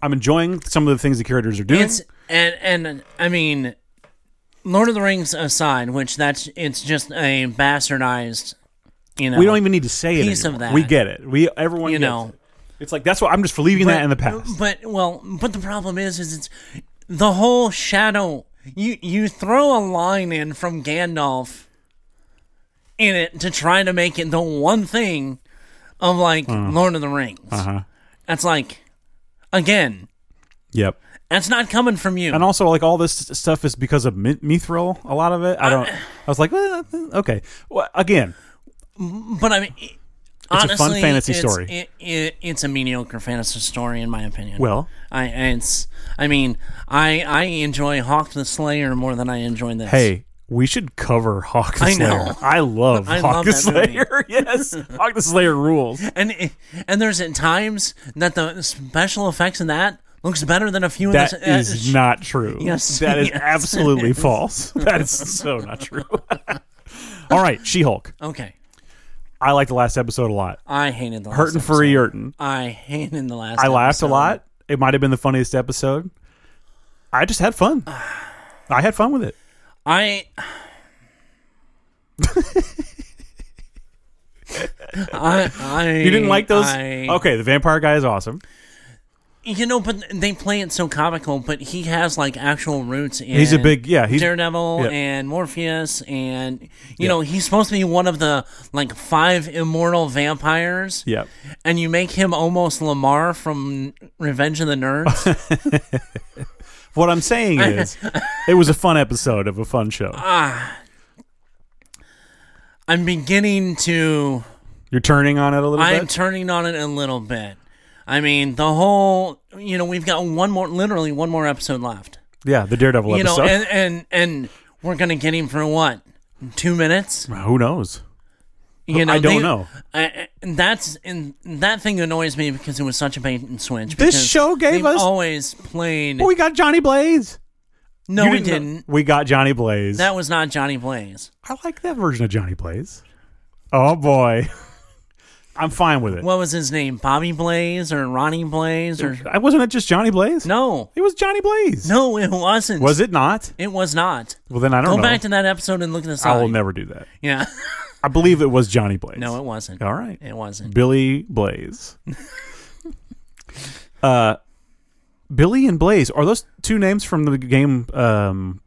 [SPEAKER 1] I'm enjoying some of the things the characters are doing.
[SPEAKER 2] It's, and, and, I mean, Lord of the Rings aside, which that's it's just a bastardized, you know.
[SPEAKER 1] We don't even need to say it.
[SPEAKER 2] Piece of
[SPEAKER 1] anymore.
[SPEAKER 2] that.
[SPEAKER 1] We get it. We everyone
[SPEAKER 2] You
[SPEAKER 1] gets
[SPEAKER 2] know.
[SPEAKER 1] it. It's like that's what I'm just for leaving that in the past.
[SPEAKER 2] But well, but the problem is, is it's the whole shadow. You you throw a line in from Gandalf in it to try to make it the one thing of like
[SPEAKER 1] Uh-huh.
[SPEAKER 2] Lord of the Rings. That's like again,
[SPEAKER 1] Yep.
[SPEAKER 2] that's not coming from you.
[SPEAKER 1] And also, like all this stuff is because of Mi- Mithril. A lot of it. I don't. I was like, eh, okay. Well, again,
[SPEAKER 2] But I mean, it's
[SPEAKER 1] fun
[SPEAKER 2] honestly,
[SPEAKER 1] fantasy
[SPEAKER 2] it's-
[SPEAKER 1] story.
[SPEAKER 2] It, it, it's a mediocre fantasy story, in my opinion.
[SPEAKER 1] Well.
[SPEAKER 2] I it's. I mean, I I enjoy Hawk the Slayer more than I enjoy this.
[SPEAKER 1] hey, we should cover Hawk the
[SPEAKER 2] I
[SPEAKER 1] Slayer.
[SPEAKER 2] know.
[SPEAKER 1] I love
[SPEAKER 2] I
[SPEAKER 1] Hawk
[SPEAKER 2] love
[SPEAKER 1] the
[SPEAKER 2] that movie.
[SPEAKER 1] Slayer. yes, Hawk the Slayer rules.
[SPEAKER 2] and it, and there's at times that the special effects in that looks better than a few
[SPEAKER 1] That
[SPEAKER 2] of the. s- uh,
[SPEAKER 1] is
[SPEAKER 2] sh-
[SPEAKER 1] not true.
[SPEAKER 2] Yes,
[SPEAKER 1] that is
[SPEAKER 2] yes,
[SPEAKER 1] absolutely false. That is so not true. All right, She Hulk.
[SPEAKER 2] okay.
[SPEAKER 1] I liked the last episode a lot.
[SPEAKER 2] I hated the last.
[SPEAKER 1] Hurtin'
[SPEAKER 2] episode.
[SPEAKER 1] for Yurtin.
[SPEAKER 2] I hated the last.
[SPEAKER 1] I laughed a
[SPEAKER 2] episode.
[SPEAKER 1] lot. It might have been the funniest episode. I just had fun. I had fun with it.
[SPEAKER 2] I. I, I
[SPEAKER 1] You didn't like those?
[SPEAKER 2] I,
[SPEAKER 1] Okay, the vampire guy is awesome.
[SPEAKER 2] You know, but they play it so comical, but he has like actual roots in
[SPEAKER 1] He's a big- yeah, he's-
[SPEAKER 2] Daredevil
[SPEAKER 1] yeah.
[SPEAKER 2] and Morpheus and you know, he's supposed to be one of the like five immortal vampires.
[SPEAKER 1] Yep.
[SPEAKER 2] And you make him almost Lamar from Revenge of the Nerds.
[SPEAKER 1] What I'm saying is, it was a fun episode of a fun show.
[SPEAKER 2] Uh, I'm beginning to
[SPEAKER 1] You're turning on it a little
[SPEAKER 2] I'm
[SPEAKER 1] bit.
[SPEAKER 2] turning on it a little bit. I mean, the whole you know, we've got one more literally one more episode left.
[SPEAKER 1] yeah, the Daredevil
[SPEAKER 2] You know,
[SPEAKER 1] episode.
[SPEAKER 2] and and and we're going to get him for what? 2 minutes?
[SPEAKER 1] Who knows?
[SPEAKER 2] You know,
[SPEAKER 1] I don't
[SPEAKER 2] they-
[SPEAKER 1] know.
[SPEAKER 2] I, I- that's and that thing annoys me because it was such a bait and switch.
[SPEAKER 1] This
[SPEAKER 2] because
[SPEAKER 1] show gave
[SPEAKER 2] they've
[SPEAKER 1] us-
[SPEAKER 2] always played.
[SPEAKER 1] Well, we got Johnny Blaze.
[SPEAKER 2] no,
[SPEAKER 1] You
[SPEAKER 2] we
[SPEAKER 1] know-
[SPEAKER 2] didn't.
[SPEAKER 1] We got Johnny Blaze.
[SPEAKER 2] That was not Johnny Blaze.
[SPEAKER 1] I like that version of Johnny Blaze. Oh boy, I'm fine with it.
[SPEAKER 2] What was his name? Bobby Blaze or Ronnie Blaze or
[SPEAKER 1] I wasn't it just Johnny Blaze?
[SPEAKER 2] no,
[SPEAKER 1] it was Johnny Blaze.
[SPEAKER 2] no, it wasn't.
[SPEAKER 1] Was it not?
[SPEAKER 2] It was not.
[SPEAKER 1] Well, then I don't
[SPEAKER 2] Go
[SPEAKER 1] know.
[SPEAKER 2] back to that episode and look at this.
[SPEAKER 1] I will never do that.
[SPEAKER 2] Yeah,
[SPEAKER 1] I believe it was Johnny Blaze.
[SPEAKER 2] no, it wasn't.
[SPEAKER 1] All right.
[SPEAKER 2] It wasn't.
[SPEAKER 1] Billy Blaze. uh, Billy and Blaze are those two names from the game um,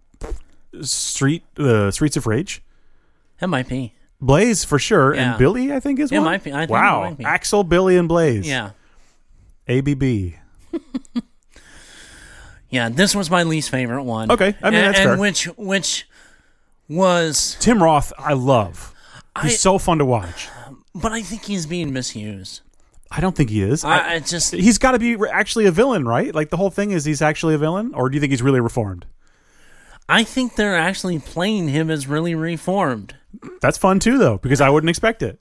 [SPEAKER 1] Street uh, Streets of Rage?
[SPEAKER 2] That might be.
[SPEAKER 1] Blaze for sure,
[SPEAKER 2] Yeah.
[SPEAKER 1] and Billy I think is
[SPEAKER 2] It
[SPEAKER 1] one.
[SPEAKER 2] might be. I think it
[SPEAKER 1] wow,
[SPEAKER 2] might be.
[SPEAKER 1] Axel, Billy, and Blaze.
[SPEAKER 2] Yeah,
[SPEAKER 1] ABB.
[SPEAKER 2] yeah. This was my least favorite one.
[SPEAKER 1] Okay, I mean,
[SPEAKER 2] and,
[SPEAKER 1] that's
[SPEAKER 2] and
[SPEAKER 1] fair.
[SPEAKER 2] which which was
[SPEAKER 1] Tim Roth, I love. He's
[SPEAKER 2] I-
[SPEAKER 1] so fun to watch.
[SPEAKER 2] But I think he's being misused.
[SPEAKER 1] I don't think he is. I-
[SPEAKER 2] I, I just
[SPEAKER 1] he's got to be re- actually a villain, right? Like the whole thing is he's actually a villain, or do you think he's really reformed?
[SPEAKER 2] I think they're actually playing him as really reformed.
[SPEAKER 1] That's fun too, though, because I wouldn't expect it.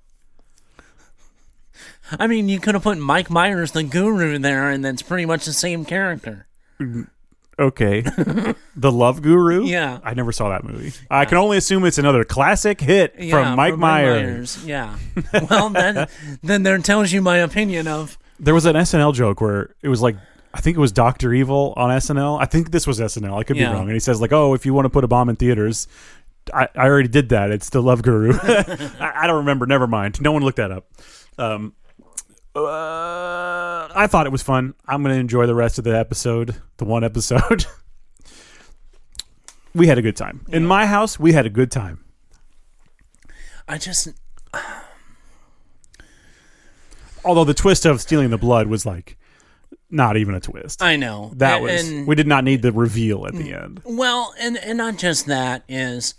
[SPEAKER 2] I mean, you could have put Mike Myers the guru there and that's pretty much the same character.
[SPEAKER 1] Okay. the Love Guru?
[SPEAKER 2] Yeah.
[SPEAKER 1] I never saw that movie. I can only assume it's another classic hit
[SPEAKER 2] Yeah,
[SPEAKER 1] from Mike Myers.
[SPEAKER 2] Yeah. Well, that, then there tells you my opinion of
[SPEAKER 1] There was an SNL joke where it was like I think it was Doctor Evil on SNL. I think this was SNL. I could
[SPEAKER 2] Yeah.
[SPEAKER 1] be wrong. And he says like, "Oh, if you want to put a bomb in theaters, I, I already did that. It's the Love Guru." I, I don't remember. Never mind. No one looked that up. Um, uh, I thought it was fun. I'm going to enjoy the rest of the episode. The one episode. we had a good time in my house. We had a good time.
[SPEAKER 2] I just
[SPEAKER 1] Although the twist of stealing the blood was like not even a twist.
[SPEAKER 2] I know
[SPEAKER 1] that
[SPEAKER 2] A-
[SPEAKER 1] was
[SPEAKER 2] and- Mm.
[SPEAKER 1] we did not need the reveal at the end.
[SPEAKER 2] well, and and not just that is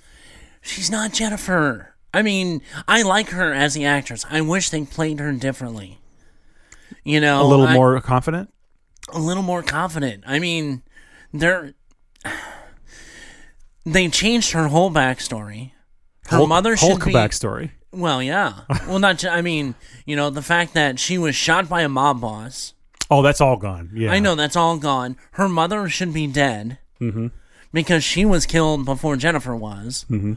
[SPEAKER 2] she's not Jennifer. I mean, I like her as the actress. I wish they played her differently. You know,
[SPEAKER 1] a little
[SPEAKER 2] I-
[SPEAKER 1] more confident.
[SPEAKER 2] a little more confident. I mean, they're they changed her whole backstory. Her
[SPEAKER 1] Hulk,
[SPEAKER 2] mother should
[SPEAKER 1] Hulk
[SPEAKER 2] be
[SPEAKER 1] backstory.
[SPEAKER 2] well, yeah. Well, not. ju- I mean, you know, the fact that she was shot by a mob boss.
[SPEAKER 1] Oh, that's all gone. Yeah,
[SPEAKER 2] I know that's all gone. Her mother should be dead
[SPEAKER 1] Mm-hmm.
[SPEAKER 2] because she was killed before Jennifer was. Mm-hmm.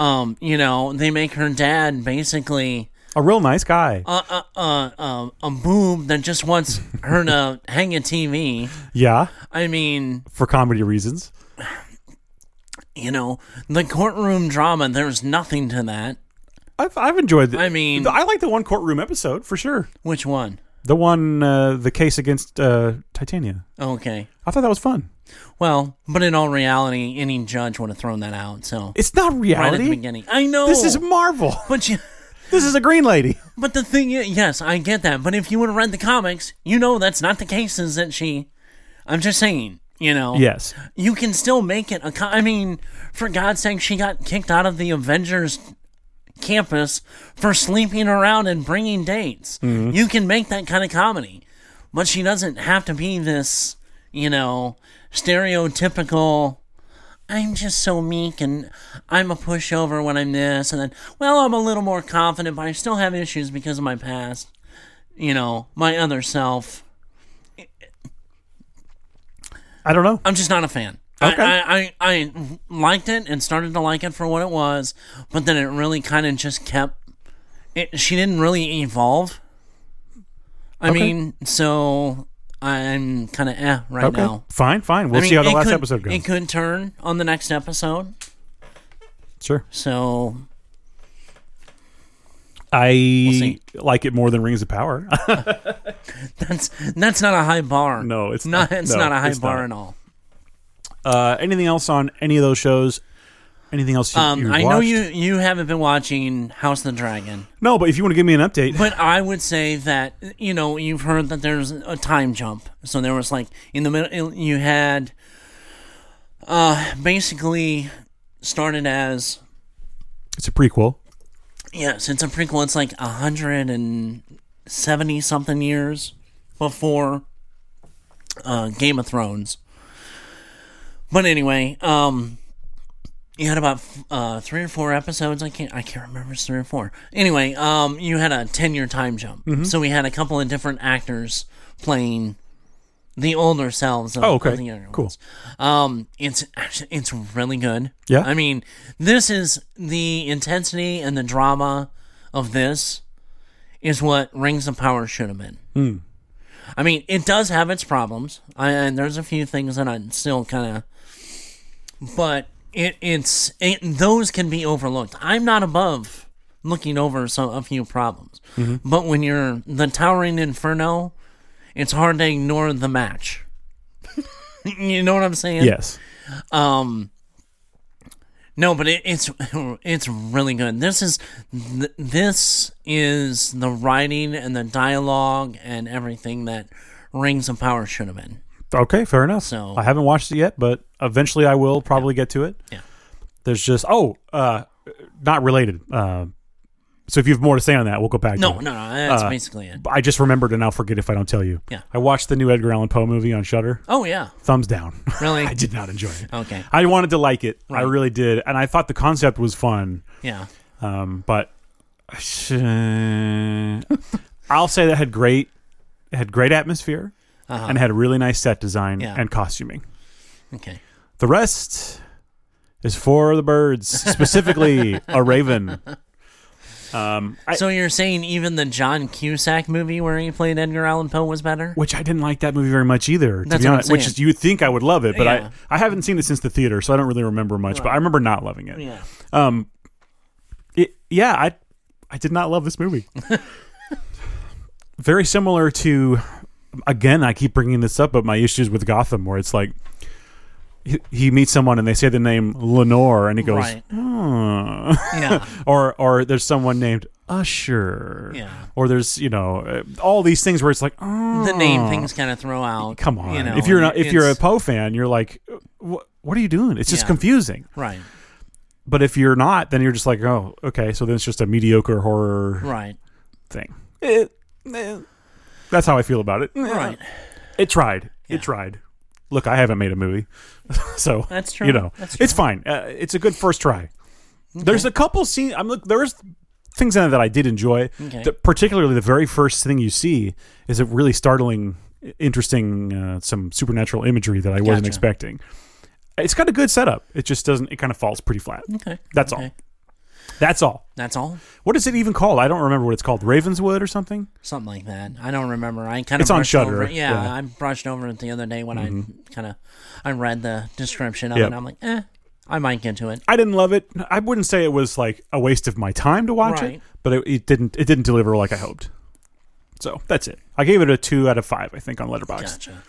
[SPEAKER 2] Um, you know, they make her dad basically
[SPEAKER 1] A real nice guy.
[SPEAKER 2] a a a, a, a boob that just wants her to hang a TV.
[SPEAKER 1] yeah,
[SPEAKER 2] I mean,
[SPEAKER 1] for comedy reasons.
[SPEAKER 2] You know, the courtroom drama, there's nothing to that.
[SPEAKER 1] I've, I've enjoyed the,
[SPEAKER 2] I mean-
[SPEAKER 1] I like the one courtroom episode for sure.
[SPEAKER 2] Which one?
[SPEAKER 1] The one, uh, the case against uh, Titania.
[SPEAKER 2] Okay.
[SPEAKER 1] I thought that was fun.
[SPEAKER 2] Well, but in all reality, any judge would have thrown that out. So
[SPEAKER 1] It's not
[SPEAKER 2] right at the
[SPEAKER 1] reality.
[SPEAKER 2] beginning, I know
[SPEAKER 1] this is Marvel.
[SPEAKER 2] But you,
[SPEAKER 1] This is a green lady.
[SPEAKER 2] but the thing is, yes, I get that. But if you would have read the comics, you know that's not the case. Is that she? I'm just saying. You know.
[SPEAKER 1] Yes.
[SPEAKER 2] You can still make it. A co- I mean, for God's sake, she got kicked out of the Avengers campus for sleeping around and bringing dates. You can make that kind of comedy, but she doesn't have to be this. You know, stereotypical. I'm just so meek and I'm a pushover when I'm this, and then, well, I'm a little more confident, but I still have issues because of my past, you know, my other self.
[SPEAKER 1] I don't know.
[SPEAKER 2] I'm just not a fan.
[SPEAKER 1] Okay.
[SPEAKER 2] I, I, I, I liked it and started to like it for what it was, but then it really kind of just kept. It, she didn't really evolve. I
[SPEAKER 1] Okay.
[SPEAKER 2] mean, so I'm kind of eh right
[SPEAKER 1] Okay.
[SPEAKER 2] now.
[SPEAKER 1] Fine. Fine. We'll
[SPEAKER 2] I mean,
[SPEAKER 1] see how the
[SPEAKER 2] it
[SPEAKER 1] last
[SPEAKER 2] could-
[SPEAKER 1] episode goes.
[SPEAKER 2] It could turn on the next episode.
[SPEAKER 1] sure.
[SPEAKER 2] So
[SPEAKER 1] I
[SPEAKER 2] see.
[SPEAKER 1] like it more than Rings of Power.
[SPEAKER 2] that's that's not a high bar.
[SPEAKER 1] No, it's
[SPEAKER 2] not.
[SPEAKER 1] not.
[SPEAKER 2] It's
[SPEAKER 1] No,
[SPEAKER 2] not a high
[SPEAKER 1] it's
[SPEAKER 2] bar
[SPEAKER 1] not.
[SPEAKER 2] at all.
[SPEAKER 1] uh, anything else on any of those shows? Anything else you,
[SPEAKER 2] Um,
[SPEAKER 1] you
[SPEAKER 2] I know
[SPEAKER 1] watched?
[SPEAKER 2] you you haven't been watching House of the Dragon.
[SPEAKER 1] No, but if you want to give me an update,
[SPEAKER 2] But I would say that you know you've heard that there's a time jump. So there was like in the middle you had uh basically started as
[SPEAKER 1] it's a prequel.
[SPEAKER 2] yes, it's a prequel. It's like a hundred and seventy something years before uh, Game of Thrones. But anyway, um, you had about uh, three or four episodes. I can't I can't remember if it's three or four. Anyway, um, you had a ten year time jump,
[SPEAKER 1] Mm-hmm.
[SPEAKER 2] so we had a couple of different actors playing the older selves. Of,
[SPEAKER 1] Oh,
[SPEAKER 2] of the
[SPEAKER 1] okay.
[SPEAKER 2] younger
[SPEAKER 1] Cool.
[SPEAKER 2] ones. Um, it's actually it's really good.
[SPEAKER 1] Yeah?
[SPEAKER 2] I mean, this is the intensity and the drama of this is what Rings of Power should have been. I mean, it does have its problems, I, and there's a few things that I'm still kind of, but it it's it, those can be overlooked. I'm not above looking over some a few problems, but when you're the towering inferno, it's hard to ignore the match. you know what I'm saying?
[SPEAKER 1] Yes.
[SPEAKER 2] Um, no, but it, it's it's really good. This is th- this is the writing and the dialogue and everything that Rings of Power should have been.
[SPEAKER 1] Okay, fair enough.
[SPEAKER 2] So-
[SPEAKER 1] I haven't watched it yet, but eventually I will probably get to it.
[SPEAKER 2] Yeah.
[SPEAKER 1] There's just oh, uh, not related. Uh, so if you have more to say on that, we'll go back.
[SPEAKER 2] No,
[SPEAKER 1] to it.
[SPEAKER 2] no, no that's
[SPEAKER 1] Uh,
[SPEAKER 2] basically it.
[SPEAKER 1] But I just remembered, and I'll forget if I don't tell you.
[SPEAKER 2] Yeah.
[SPEAKER 1] I watched the new Edgar Allan Poe movie on Shutter.
[SPEAKER 2] Oh yeah,
[SPEAKER 1] Thumbs down.
[SPEAKER 2] really?
[SPEAKER 1] I did not enjoy it.
[SPEAKER 2] Okay,
[SPEAKER 1] I wanted to like it. I
[SPEAKER 2] Oh. Right.
[SPEAKER 1] really did, and I thought the concept was fun.
[SPEAKER 2] yeah,
[SPEAKER 1] Um, but uh, I'll say that had great, it had great atmosphere,
[SPEAKER 2] Uh-huh.
[SPEAKER 1] and had really nice set design
[SPEAKER 2] Yeah.
[SPEAKER 1] and costuming.
[SPEAKER 2] okay.
[SPEAKER 1] The rest is for the birds, specifically a raven. Um, I,
[SPEAKER 2] So you're saying even the John Cusack movie where he played Edgar Allan Poe was better?
[SPEAKER 1] which I didn't like that movie very much either. To
[SPEAKER 2] That's
[SPEAKER 1] be
[SPEAKER 2] what I'm
[SPEAKER 1] honest, which
[SPEAKER 2] saying.
[SPEAKER 1] is you would think I would love it, but
[SPEAKER 2] Yeah.
[SPEAKER 1] I I haven't seen it since the theater, so I don't really remember much. But I remember not loving it.
[SPEAKER 2] Yeah.
[SPEAKER 1] Um, it, yeah, I I did not love this movie. Very similar to, again, I keep bringing this up, but my issues with Gotham, where it's like he, he meets someone and they say the name Lenore, and he goes,
[SPEAKER 2] Right.
[SPEAKER 1] "Hmm."
[SPEAKER 2] Yeah.
[SPEAKER 1] or or there's someone named Usher,
[SPEAKER 2] Yeah.
[SPEAKER 1] or there's you know uh, all these things where it's like, oh,
[SPEAKER 2] The name things kind of throw out.
[SPEAKER 1] come on.
[SPEAKER 2] you know,
[SPEAKER 1] if you're not, if you're a
[SPEAKER 2] it's-
[SPEAKER 1] Poe fan, you're like, what, what are you doing? It's just
[SPEAKER 2] Yeah.
[SPEAKER 1] confusing.
[SPEAKER 2] right,
[SPEAKER 1] But if you're not, then you're just like, oh, okay, so then it's just a mediocre horror
[SPEAKER 2] right,
[SPEAKER 1] thing. Eh, eh. That's how I feel about it. Eh.
[SPEAKER 2] right.
[SPEAKER 1] It tried.
[SPEAKER 2] Yeah.
[SPEAKER 1] It tried. Look, I haven't made a movie, so
[SPEAKER 2] That's true.
[SPEAKER 1] You know,
[SPEAKER 2] That's
[SPEAKER 1] it's fine. Uh, it's a good first try. There's a couple scenes. I'm look. There's things in it that I did enjoy.
[SPEAKER 2] Okay.
[SPEAKER 1] The- particularly, the very first thing you see is a really startling, i- interesting, uh, some supernatural imagery that I wasn't
[SPEAKER 2] Gotcha.
[SPEAKER 1] expecting. It's got a good setup. It just doesn't. It kind of falls pretty flat.
[SPEAKER 2] Okay.
[SPEAKER 1] That's all.
[SPEAKER 2] Okay.
[SPEAKER 1] That's all.
[SPEAKER 2] That's all.
[SPEAKER 1] What is it even called? I don't remember what it's called. Ravenswood or something.
[SPEAKER 2] something like that. I don't remember. I kind of
[SPEAKER 1] It's on
[SPEAKER 2] brushed
[SPEAKER 1] Shudder,
[SPEAKER 2] Over. it. Yeah,
[SPEAKER 1] yeah. Mm-hmm.
[SPEAKER 2] I brushed over it the other day when I kind of I read the description of
[SPEAKER 1] Yep.
[SPEAKER 2] it. I'm like, eh, I might get to it.
[SPEAKER 1] I didn't love it. I wouldn't say it was like a waste of my time to watch it,
[SPEAKER 2] Right.
[SPEAKER 1] but it, it didn't it didn't deliver like I hoped. So that's it. I gave it a two out of five, I think, on Letterboxd.
[SPEAKER 2] Gotcha.